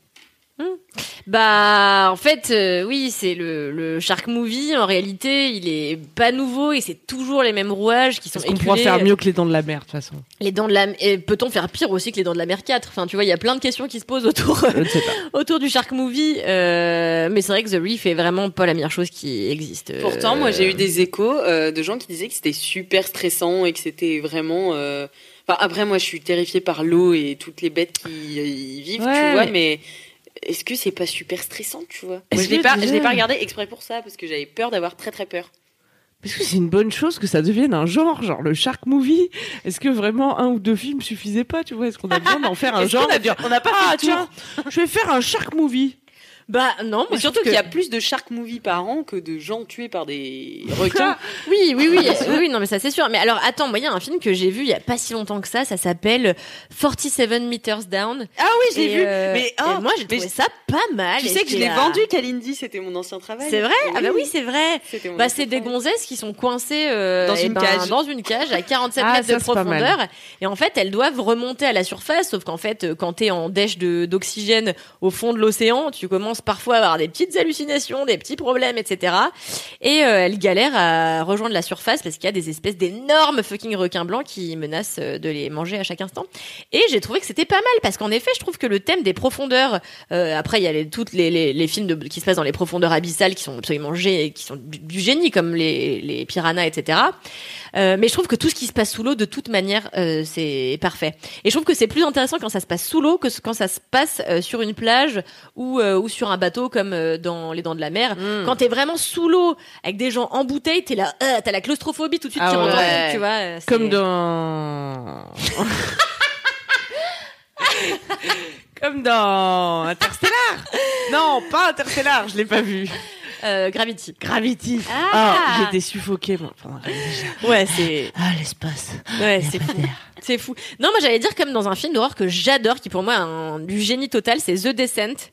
Bah, en fait, euh, oui, c'est le, le Shark Movie. En réalité, il est pas nouveau et c'est toujours les mêmes rouages qui sont
Parce qu'on
éculés.
pourra faire mieux que les dents de la mer, de toute façon.
Les dents de la et peut-on faire pire aussi que les dents de la mer 4 Enfin, tu vois, il y a plein de questions qui se posent autour
Je ne sais pas.
autour du Shark Movie. euh, mais c'est vrai que The Reef est vraiment pas la meilleure chose qui existe. Euh,
Pourtant, moi, j'ai eu des échos euh, de gens qui disaient que c'était super stressant et que c'était vraiment. euh, Enfin, après, moi, je suis terrifiée par l'eau et toutes les bêtes qui y vivent,
Ouais,
tu vois, mais. Est-ce que c'est pas super stressant, tu vois
Est-ce
Moi, Je l'ai
que
pas,
déjà-
je l'ai pas regardé exprès pour ça parce que j'avais peur d'avoir très très peur.
Est-ce que c'est une bonne chose que ça devienne un genre, genre le shark movie Est-ce que vraiment un ou deux films suffisaient pas, tu vois Est-ce qu'on a besoin d'en faire un genre et dire,
on n'a pas
Ah tiens, je vais faire un shark movie
Bah non,
Mais
moi, je trouve
surtout
que-
qu'il y a plus de shark movie par an que de gens tués par des requins.
Oui, oui, oui, oui, oui, non, mais ça c'est sûr. Mais alors, attends, moi, il y a un film que j'ai vu il y a pas si longtemps que ça. Ça s'appelle 47 Meters Down.
ah oui,
Et, euh, et moi, j'ai
mais
trouvé ça pas mal.
Tu
Et
sais que je
j'étais
l'ai
là-
vendu, Kalindi, c'était mon ancien travail.
C'est vrai Ah bah oui, c'est vrai.
C'était mon
Bah,
ancien
c'est des
travail.
gonzesses qui sont coincées euh,
Dans
eh
une
ben,
cage.
dans une cage à 47
Ah,
mètres
ça,
de
c'est pas mal.
profondeur. Et en fait, elles doivent remonter à la surface. Sauf qu'en fait, euh, quand t'es en dèche de- d'oxygène au fond de l'océan, tu commences parfois à avoir des petites hallucinations, des petits problèmes, etc. Et euh, elles galèrent à rejoindre la surface parce qu'il y a des espèces d'énormes fucking requins blancs qui menacent euh, de les manger à chaque instant. Et j'ai trouvé que c'était pas mal parce qu'en effet, je trouve que le thème des profondeurs euh, après, il y a les, toutes les, les, les films de, qui se passent dans les profondeurs abyssales qui sont absolument gé- qui sont du, du génie, comme les, les piranhas, etc. Euh, mais je trouve que tout ce qui se passe sous l'eau, de toute manière, euh, c'est parfait. Et je trouve que c'est plus intéressant quand ça se passe sous l'eau que ce- quand ça se passe euh, sur une plage ou, euh, ou sur un bateau comme euh, dans Les Dents de la Mer.
Hmm.
Quand t'es vraiment sous l'eau avec des gens en bouteille, t'es là, euh, t'as la claustrophobie tout de suite
Ah
qui rentre en
ouais.
compte, tu vois. euh, c'est-
Comme dans... Comme dans Interstellar Non, pas Interstellar, je l'ai pas vu.
euh, Gravity.
Gravity
Ah.
Ah, J'étais suffoquée, moi. Enfin,
Ouais, c'est.
ah, l'espace
Ouais, c'est fou. C'est fou. Non, moi j'allais dire comme dans un film d'horreur que j'adore, qui pour moi est un- du génie total, c'est The Descent.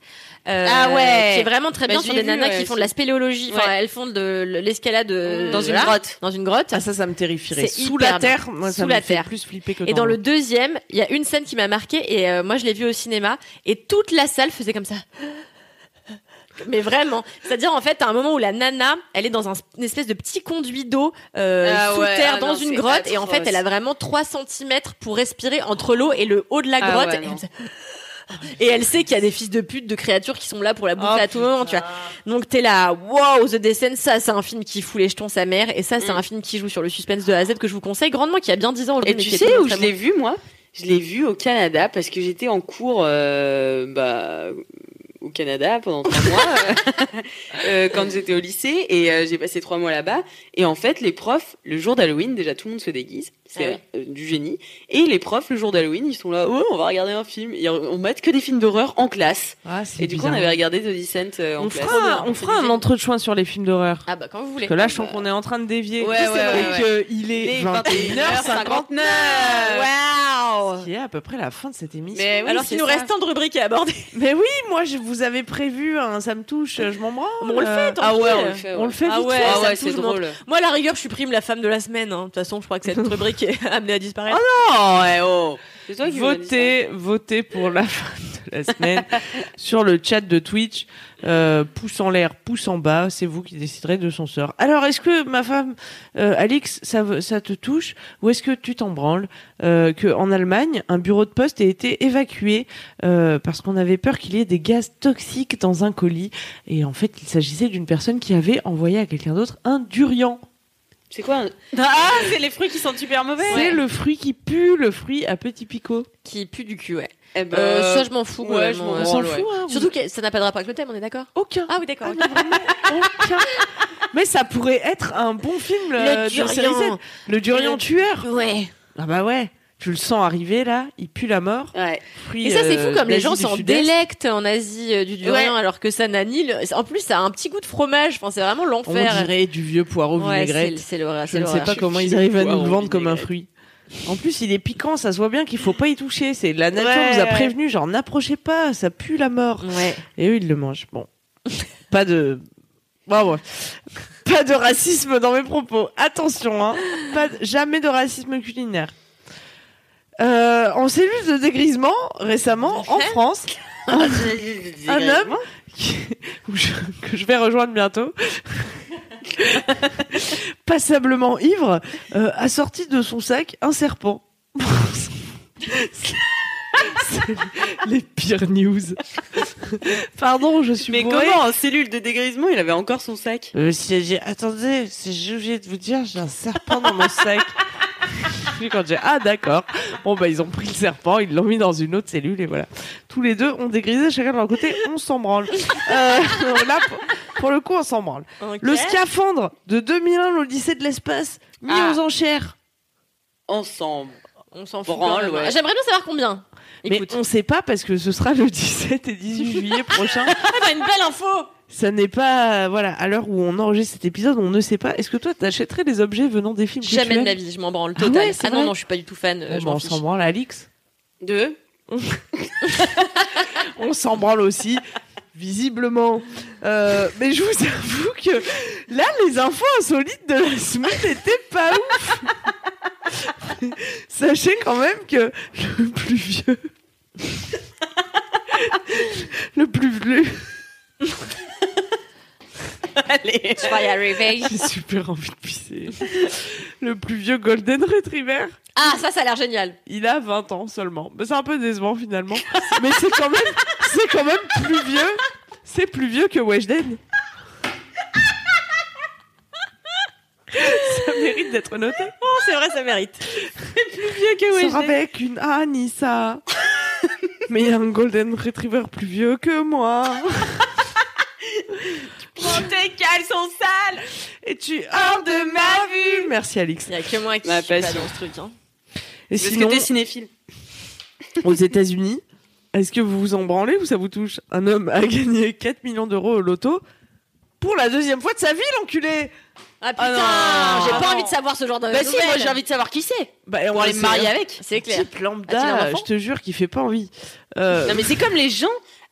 Euh,
Ah ouais.
Qui est vraiment très
Bah,
bien
je
sur
l'ai
des
vu,
nanas
ouais,
qui font de
c'est-
la spéléologie. Enfin,
Ouais.
elles font de l- l'escalade euh,
Dans une
voilà,
grotte.
Dans une grotte.
Ah, ça, ça me terrifierait.
C'est
Sous
hyper
la terre, moi, ça
Sous
me
la
fait
terre.
plus flipper que
Et dans le deuxième, il y a une scène qui m'a marquée et euh, moi je l'ai vue au cinéma et toute la salle faisait comme ça. Mais vraiment, c'est-à-dire en fait, à un moment où la nana, elle est dans un, une espèce de petit conduit d'eau euh,
Ah
sous
ouais,
terre
ah
dans
non,
une
c'est
grotte et en fait,
atroce.
elle a vraiment 3 cm pour respirer entre l'eau et le haut de la
Ah
grotte.
ouais,
Et
non.
elle fait- et, elle sait qu'il y a des fils de pute, de créatures qui sont là pour la bouffer
Oh,
à tout moment, tu vois.
Ah.
Donc t'es là, wow, The Descent, ça c'est un film qui fout les jetons sa mère, et ça c'est
Mm.
un film qui joue sur le suspense de A à Z que je vous conseille grandement, qui a bien 10 ans aujourd'hui.
Et
mais
tu
qui est
sais où
très
je l'ai vu, moi Je l'ai vu au Canada parce que j'étais en cours euh, bah, au Canada pendant trois mois euh, quand j'étais au lycée et euh, j'ai passé trois mois là-bas. Et en fait, les profs, le jour d'Halloween, déjà tout le monde se déguise, c'est
Ah
euh, du génie. Et les profs, le jour d'Halloween, ils sont là, oh, on va regarder un film. Et on met que des films d'horreur en classe.
Ah, c'est
Et du coup, on
bizarre.
avait regardé The Descent euh, en
On
classe.
fera, on fera un entre-choix sur les films d'horreur.
Ah bah quand vous voulez.
Parce que là, je sens qu'on est en train de dévier.
Ouais, ouais,
et
ouais,
qu'il est
Les
21h50.
21h59
Euh, Waouh
Qui est à peu près la fin de cette émission.
Mais oui,
Alors
c'est
s'il nous
ça.
reste tant de rubriques à aborder,
Mais oui, moi, je vous avais prévu, hein, ça me touche, je m'en branle.
Bon, Euh, on le fait, tant
Ah
pis.
ouais,
on le fait.
on le fait
Ah
vite
ouais,
fait,
ah
ça me
ouais, c'est
touche, je m'en-
drôle.
moi à la rigueur je supprime la femme de la semaine. hein. De toute façon je crois que cette rubrique est amenée à disparaître.
Oh, ouais, oh. C'est toi qui m'as dit ça.
Votez, votez pour la fin de la semaine sur le chat de Twitch. Euh, pouce en l'air, pouce en bas, c'est vous qui déciderez de son sort. Alors, est-ce que ma femme, euh, Alix, ça, ve- ça te touche ou est-ce que tu t'en branles euh, que en Allemagne, un bureau de poste a été évacué euh, parce qu'on avait peur qu'il y ait des gaz toxiques dans un colis et en fait, il s'agissait d'une personne qui avait envoyé à quelqu'un d'autre un durian.
C'est quoi un- Ah, c'est les fruits qui sont super mauvais.
C'est le fruit qui pue, le fruit à petits picots.
Qui pue du cul, ouais.
Eh ben,
Euh, ça je m'en fous.
ouais,
globalement,
je m'en
hein.
On s'en
branle, ouais.
fout, hein,
Surtout que ça n'a pas de rapport avec le thème, on est d'accord
aucun.
Ah oui d'accord. ok.
Aucun. Mais ça pourrait être un bon film
Le
euh, de série Z.
durian.
Le Durian
Le-
tueur.
Ouais.
Ah bah ouais. Tu le sens arriver là, il pue la mort.
Ouais.
Fruit,
Et ça, c'est
euh,
fou comme les
d'Asie
gens
du
s'en
Sud-Est.
délectent en Asie euh, du durian,
Ouais.
alors que ça n'a ni le- En plus, ça a un petit goût de fromage. Enfin, c'est vraiment
On
l'enfer.
dirait du vieux poireau
Ouais, c'est
vinaigrette.
c'est l'horreur.
Je
c'est
ne sais
l'horreur.
pas comment ils
Chips
arrivent à nous
poireau
le vendre comme un
vinaigrette.
fruit. En plus, il est piquant, ça se voit bien qu'il faut pas y toucher. C'est la nature
Ouais.
nous a prévenu, genre n'approchez pas, ça pue la mort.
Ouais.
Et eux, ils le mangent. Bon, pas de, bon, ouais. pas de racisme dans mes propos. Attention, hein. Pas de- jamais de racisme culinaire. Euh, en cellule de dégrisement récemment en France,
Ah, Un
homme où je- que je vais rejoindre bientôt, passablement ivre, euh, a sorti de son sac un serpent. C'est les pires news. Pardon, je suis
Mais
bourrée.
comment en cellule de dégrisement il avait encore son sac
Euh, si j'ai- Attendez, si j'ai oublié de vous dire, j'ai un serpent dans mon sac. Puis quand j'ai ah d'accord, bon bah ils ont pris le serpent, ils l'ont mis dans une autre cellule et voilà. Tous les deux ont dégrisé chacun de leur côté, on s'en branle. Euh, là, pour, pour le coup, on s'en branle. Le scaphandre de 2001, l'Odyssée de l'espace, mis
Ah.
aux enchères.
Ensemble.
On s'en
fout
fout.
Branle, quand même. ouais.
J'aimerais bien savoir combien.
Mais
Écoute,
on sait pas parce que ce sera le 17 et 18 juillet prochain.
Ah, une belle info.
Ça n'est pas voilà à l'heure où on enregistre cet épisode, on ne sait pas. Est-ce que toi t'achèterais des objets venant des films que tu
Jamais de
aimes
ma vie, je m'en branle
Ah
total.
ouais,
Ah,
c'est
non
vrai
non, je suis pas du tout fan. euh,
Bon,
je
bah,
m'en
on
fiche.
s'en branle, Alix.
Deux.
On s'en branle aussi, visiblement. Euh, mais je vous avoue que là, les infos insolites de la semaine n'étaient pas ouf. Sachez quand même que le plus vieux. Le plus vieux.
Allez.
Je vais y arriver.
J'ai super envie de pisser. Le plus vieux Golden Retriever.
Ah ça, ça a l'air génial.
Il a 20 ans seulement. Mais c'est un peu décevant finalement. Mais c'est quand même, c'est quand même plus vieux. C'est plus vieux que Weshden. Ça mérite d'être noté.
c'est vrai, ça mérite. plus vieux que
Sera avec une Anissa. Mais il y a un Golden Retriever plus vieux que moi.
Prends tes caleçons sales.
Et tu hors de ma vue. Merci Alix.
Il y a que moi qui
Ma
suis pas
passion.
dans ce truc. Hein.
Et
Parce
sinon,
que t'es cinéphile.
aux États-Unis, est-ce que vous vous en branlez ou ça vous touche Un homme a gagné 4 millions d'euros au loto pour la deuxième fois de sa vie, l'enculé.
Ah
Ah
putain,
non.
j'ai
Ah
pas
non.
envie de savoir ce genre de.
Bah si, moi, j'ai
envie de savoir qui c'est.
Bah, on
Pour les
sait,
marier
hein.
avec, c'est clair.
Type
A-t-il
lambda,
un enfant
je te jure qu'il fait pas envie. Euh,
Non mais c'est comme les gens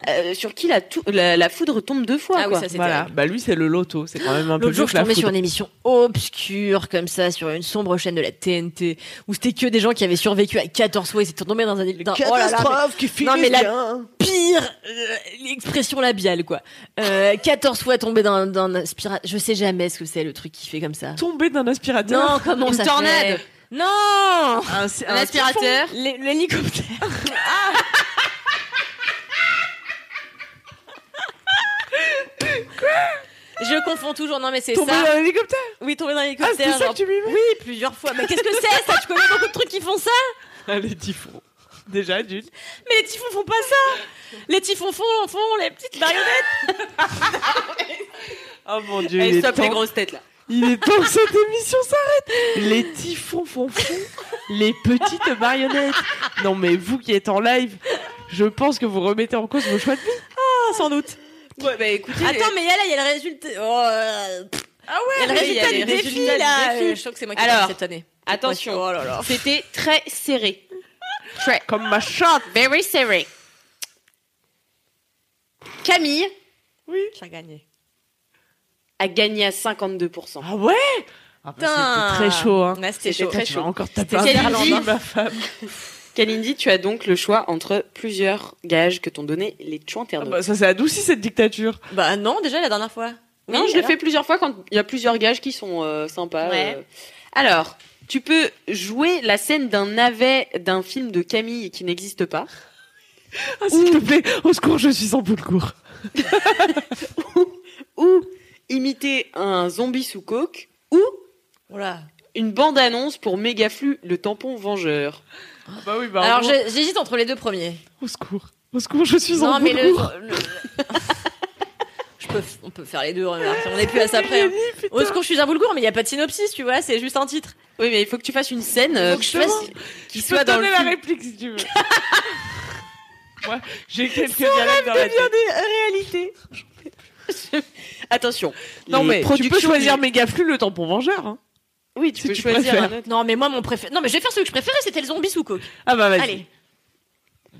euh, sur qui la, tou- la, la foudre tombe deux fois.
Ah oui,
quoi.
ça c'est
voilà.
terrible.
Bah lui c'est le loto, c'est quand même un
L'autre
peu mieux
jour, je
que la
tombais sur
foudre.
une émission obscure comme ça, sur une sombre chaîne de la TNT, où c'était que des gens qui avaient survécu à 14 fois et s'étaient tombés dans un dans- oh là là, mais-
qui finit
Non, mais la-
bien.
pire euh, expression labiale, quoi. Euh, 14 fois tombé dans, dans un aspirateur. Je sais jamais ce que c'est le truc qui fait comme ça.
Tomber d'un aspirateur.
Non, comment
Une
ça
tornade.
fait Non Ah,
Un,
Un aspirateur.
L'hé- L'hélicoptère. Je confonds toujours, non mais c'est
Tomber
ça.
d'un hélicoptère.
Oui, tomber dans
Ah c'est
l'hélicoptère,
ça
genre,
que tu m'y mets.
plusieurs fois. Mais qu'est-ce que c'est ça Tu connais beaucoup de trucs qui font ça
Ah, les typhons. Déjà d'une.
Mais les typhons font pas ça Les typhons font, font les petites marionnettes
Oh mon dieu. il,
Allez,
est
stop les
temps,
grosses têtes là.
il est temps que cette émission s'arrête. Les typhons font fond. les petites marionnettes. Non mais vous qui êtes en live, je pense que vous remettez en cause vos choix de vie.
Ah, sans doute
Ouais, bah écoutez.
Attends, mais il y a là, il y a le résultat. ah ouais, le
mais
résultat
il y a
du
les
défi
résultats du
là.
défi.
Euh, Je trouve que c'est moi qui
Alors,
gagne cette année.
attention.
Oh là là.
C'était très serré.
Comme ma chatte.
Very serré. Camille
J'ai gagné.
a gagné à 52%.
Ah ouais ah bah, C'était très chaud. Hein.
Ouais, c'était
C'était
chaud.
très
Tu m'as encore tapé
C'était
un
lundi.
coup, ma femme.
Kalindi, tu as donc le choix entre plusieurs gages que t'ont donné les
Ah
tchouinterdos.
bah, ça s'est adouci cette dictature.
Bah non, déjà la dernière fois.
non,
Oui,
je le
alors.
fais plusieurs fois quand il y a plusieurs gages qui sont euh, sympas.
Ouais.
euh. Alors, tu peux jouer la scène d'un navet d'un film de Camille qui n'existe pas.
Ah, s'il te plaît, au secours, je suis en boule court.
ou imiter un zombie sous coke, ou
Voilà.
une bande-annonce pour Megaflu, le tampon vengeur.
Ah bah oui, bah
Alors
au-
j'ai- j'hésite entre les deux premiers.
au secours. Au secours, je suis en
Non, mais
boule
le.
court.
le- Je peux, f- on peut faire les deux, remarque. On est plus à ça près. hein. Au secours, je suis un boulgour, mais il y a pas de synopsis, tu vois, c'est juste un titre.
Oui, mais il faut que tu fasses une scène euh,
que je fasse-
qui
Je peux
soit
te
dans le
donner la
film.
réplique si tu veux. Moi, j'ai quelques dialogues dans la tête.
réalité.
Attention.
Non,
Les
mais tu peux
productions
choisir
du-
Megaflu, le tampon vengeur. Hein.
Oui, tu
si
peux
tu
choisir
préfères.
un autre.
Non, mais moi, mon préféré. Non, mais je vais faire celui que je préférais, c'était le zombie sous coke.
Ah bah vas-y.
Allez.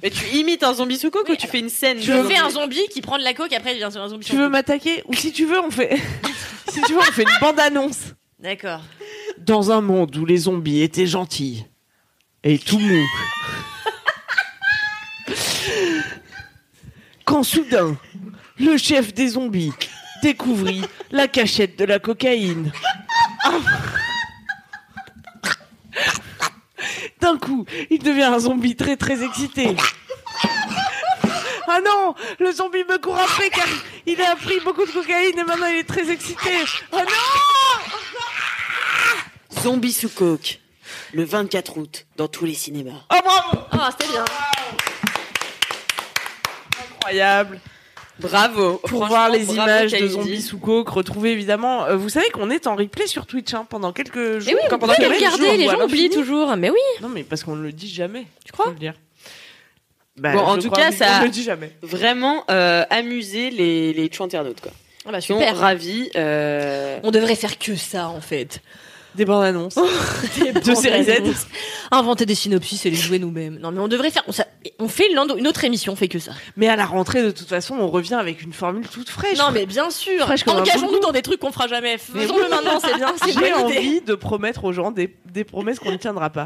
Mais tu imites un zombie sous coke
Oui,
ou tu fais une scène
Je fais un zombie qui prend de la coke, après il devient un zombie.
Tu veux m'attaquer Ou si tu veux, on fait... si tu veux, on fait une bande-annonce.
D'accord.
Dans un monde où les zombies étaient gentils et tout mou. Quand soudain, le chef des zombies découvrit la cachette de la cocaïne. D'un coup, il devient un zombie très très excité. Ah non, le zombie me court après car il a pris beaucoup de cocaïne et maintenant il est très excité. Ah non
Zombie sous coke. Le 24 août, dans tous les cinémas.
Oh bravo
Ah, c'était bien.
Incroyable
Bravo.
Pour
Franchement,
voir les
bravo,
images de
Kalindi.
zombies sous coke, retrouver évidemment. Euh, vous savez qu'on est en replay sur Twitch hein, pendant quelques jours.
Mais Eh oui,
quand-
on
pendant
peut les
quelques jours,
regarder, les
ou
gens
alors
oublient
fini.
toujours. Mais oui,
Non mais parce qu'on le dit jamais.
tu crois
Faut le dire. Bah,
Bon, en
je
tout
crois,
cas,
mais
ça-
On le dit jamais.
Vraiment euh, amuser les, les tchouinternautes, quoi.
Ah bah
Qui ont
super.
ravi. euh,
On devrait faire que ça en fait.
Des bandes annonces.
Oh, De
série Z.
Inventer des synopsis et les jouer nous-mêmes. Non mais on devrait faire. On, ça- on fait l'un- une autre émission, on fait que ça.
mais à la rentrée, de toute façon, on revient avec une formule toute fraîche.
Non mais bien sûr.
Fraîche comme un
Engageons-nous
boulot.
dans des trucs qu'on fera jamais.
Mais
Faisons-le
oui.
maintenant, c'est bien, c'est une
J'ai
bonne idée.
envie de promettre aux gens des, des promesses qu'on ne tiendra pas.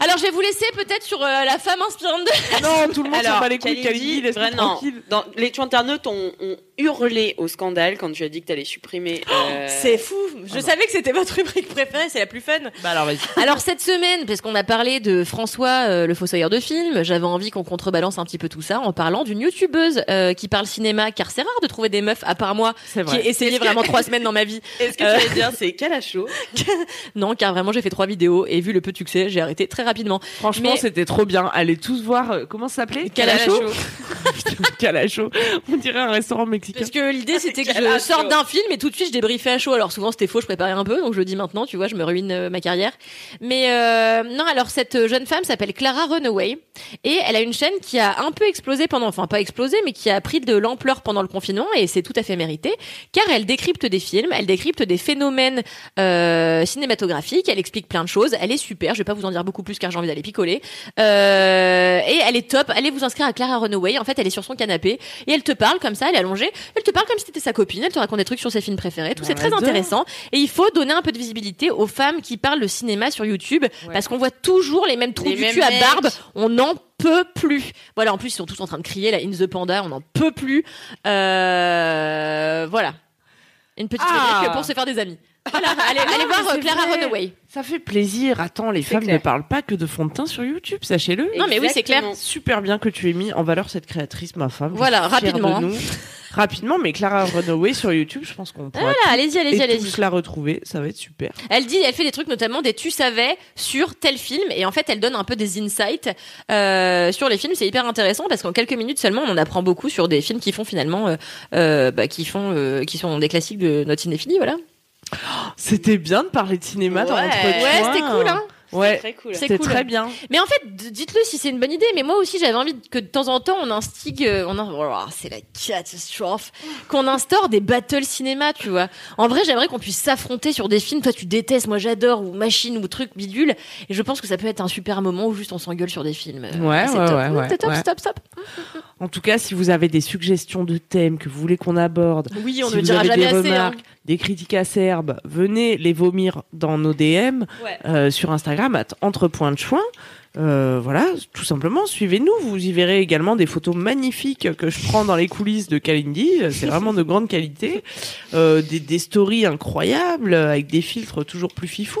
Alors je vais vous laisser peut-être sur euh, la femme inspirante. De...
Ah non, tout le monde s'en
Alors,
bat les couilles.
Kalindi,
Kalindi, laisse-nous
vraiment,
tranquille.
dans- les tchouinternautes ont, ont hurlé au scandale quand tu as dit que t'allais supprimer.
Oh,
euh,
C'est fou. Je savais que c'était votre rubrique préférée, c'est la plus fun.
Bah alors vas-y.
Alors cette semaine, parce qu'on a parlé de François, euh, le fossoyeur de films, j'avais envie qu'on contrebalance un petit peu tout ça en parlant d'une youtubeuse euh, qui parle cinéma, car c'est rare de trouver des meufs à part moi
C'est
qui ai essayé vraiment trois semaines dans ma vie.
Est-ce
Euh.
que tu vas dire c'est Calacho
Non, car vraiment j'ai fait trois vidéos et vu le peu de succès, j'ai arrêté très rapidement.
Franchement,
Mais-
c'était trop bien. Allez tous voir. euh, Comment ça s'appelait
Calacho.
Calacho. On dirait un restaurant mexicain.
Parce que l'idée c'était que je
Calacho.
sorte d'un film et tout de suite je débriefais à chaud. Alors souvent c'était faux, je préparais un peu, donc je le dis maintenant, tu vois, je me ruine euh, ma carrière. Mais euh, non, alors cette jeune femme s'appelle Clara Runaway et elle a une chaîne qui a un peu explosé pendant, enfin pas explosé, mais qui a pris de l'ampleur pendant le confinement et c'est tout à fait mérité car elle décrypte des films, elle décrypte des phénomènes euh, cinématographiques, elle explique plein de choses, elle est super, je vais pas vous en dire beaucoup plus car j'ai envie d'aller picoler. Euh, et elle est top, allez vous inscrire à Clara Runaway, en fait elle est sur son canapé et elle te parle comme ça, elle est allongée, elle te parle comme si t'étais sa copine, elle te raconte des trucs sur ses films préférés,
Ah,
tout c'est très
J'adore.
intéressant et il faut donner un peu de visibilité aux femmes qui parlent le cinéma sur YouTube parce qu'on voit toujours les mêmes trous
Les
du
mêmes
cul à
mecs.
barbe, on n'en peut plus. Voilà, en plus ils sont tous en train de crier là, In the Panda, on n'en peut plus. Euh, voilà. Une petite
Ah.
rubrique pour se faire des amis. Voilà, allez, allez
mais
voir euh,
c'est
Clara
vrai.
Runaway.
Ça fait plaisir. Attends, les femmes ne parlent pas que de fond de teint sur YouTube, sachez-le.
Non, mais oui, c'est clair.
Exactement.
Super bien que tu aies mis en valeur cette créatrice, ma femme. Je
Voilà,
suis fière
rapidement, hein.
de nous. Rapidement, mais Clara Runaway sur YouTube, je pense qu'on pourra
Voilà, Ah, allez-y,
tous,
allez-y,
et
allez-y.
tous la retrouver. Ça va être super.
Elle dit, elle fait des trucs notamment des tu savais sur tel film et en fait elle donne un peu des insights euh, sur les films. C'est hyper intéressant parce qu'en quelques minutes seulement on en apprend beaucoup sur des films qui font finalement, euh, euh, bah, qui font, euh, qui sont des classiques de notre cinéphilie, voilà.
C'était bien de parler de cinéma dans
Ouais.
l'entre
Ouais, c'était cool, hein.
Ouais.
Très cool.
C'est
C'était
cool.
très bien.
Mais en fait, d- dites-le si c'est une bonne idée. Mais moi aussi, j'avais envie que de temps en temps, on instigue, euh, on in- oh, c'est la catastrophe, qu'on instaure des battles cinéma, tu vois. En vrai, j'aimerais qu'on puisse s'affronter sur des films. Toi, tu détestes, moi, j'adore, ou machine, ou truc bidule. Et je pense que ça peut être un super moment où juste on s'engueule sur des films. Euh,
Ouais,
c'est
ouais,
top.
ouais,
Mmh,
ouais,
c'est top,
ouais.
stop, stop.
En tout cas, si vous avez des suggestions de thèmes que vous voulez qu'on aborde,
Oui, on
Si
ne
vous
dira
avez
jamais
des
assez. hein.
remarques, des critiques acerbes, venez les vomir dans nos DM
Ouais.
euh, sur Instagram at entre points de choin. Euh, voilà, tout simplement, suivez-nous. Vous y verrez également des photos magnifiques que je prends dans les coulisses de Kalindi. C'est vraiment de grande qualité. Euh, des, des stories incroyables euh, avec des filtres toujours plus fifous.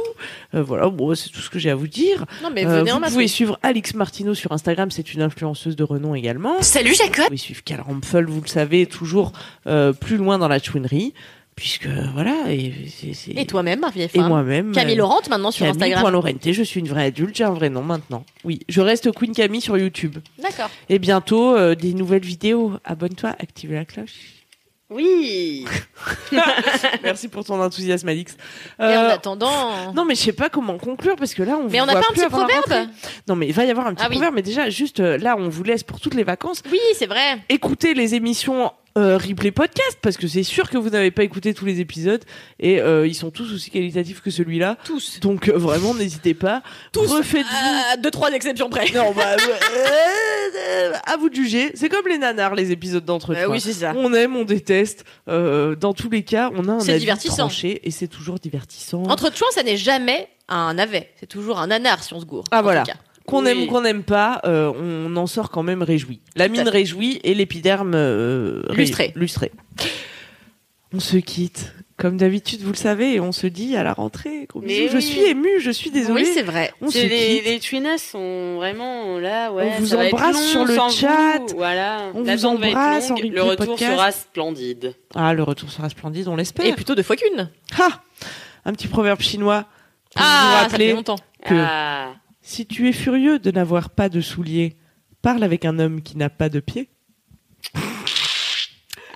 Euh, voilà, bon, c'est tout ce que j'ai à vous dire.
Non, mais
Euh,
venez en
vous
masse.
pouvez suivre Alix Martineau sur Instagram, c'est une influenceuse de renom également.
Salut Jacob
Vous pouvez suivre Karl Rumpfel, vous le savez, toujours euh, plus loin dans la chouinerie, puisque voilà. Et, c'est- c'est-
Et toi-même, Marie
Et moi-même.
Camille
euh,
Laurent, maintenant sur
Camille point
Instagram.
Laurenté, je suis une vraie adulte, j'ai un vrai nom maintenant. Oui, je reste Queen Camille sur YouTube.
D'accord.
Et bientôt, euh, des nouvelles vidéos. Abonne-toi, active la cloche.
Oui.
Merci pour ton enthousiasme, Alix.
Et en
Euh,
attendant.
non, mais je sais pas comment conclure parce que là on
Mais
vous
on n'a
voit
pas un
plus
petit
avant la rentrée.
proverbe
Non mais il va y avoir un petit
Ah oui.
proverbe mais déjà juste euh, là on vous laisse pour toutes les vacances.
Oui, c'est vrai.
écoutez les émissions euh, replay podcast parce que c'est sûr que vous n'avez pas écouté tous les épisodes et euh, ils sont tous aussi qualitatifs que celui-là. Tous. Donc euh, vraiment n'hésitez pas.
Tous.
Refaites-vous.
À Ah, deux, trois exceptions près.
Non bah euh, euh, à vous de juger. C'est comme les nanars les épisodes d'entre
Euh, oui, c'est ça.
On aime, on déteste. Euh, dans tous les cas, on a un
C'est
avis
divertissant.
tranché et c'est toujours divertissant.
Entre chouans, ça n'est jamais un navet. C'est toujours un nanar si on se gourde.
Ah,
en
voilà.
tout cas.
Qu'on
Oui.
aime, qu'on n'aime pas, euh, on en sort quand même réjoui. La mine
fait.
réjouie et l'épiderme euh, ré-
Lustré.
lustré. On se quitte. Comme d'habitude, vous le savez, et on se dit à la rentrée. Gros
Mais
bisous. Je
oui.
suis émue, je suis désolée.
Oui, c'est vrai.
on se
C'est les,
quitte.
les Twinas sont vraiment là, ouais.
On vous
ça va être
embrasse
long
sur le
sans
chat.
vous, Voilà.
On vous
L'attente va être
embrasse,
longue,
Henri
Le retour
Podcast.
sera splendide.
Ah, le retour sera splendide, on l'espère.
Et plutôt deux fois qu'une.
Ah Un petit proverbe chinois
Ah,
pour vous
ça fait
rappeler
longtemps.
que
Ah.
si tu es furieux de n'avoir pas de souliers, parle avec un homme qui n'a pas de pieds.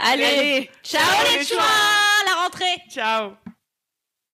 Allez,
Ciao les chouins, la rentrée.
Ciao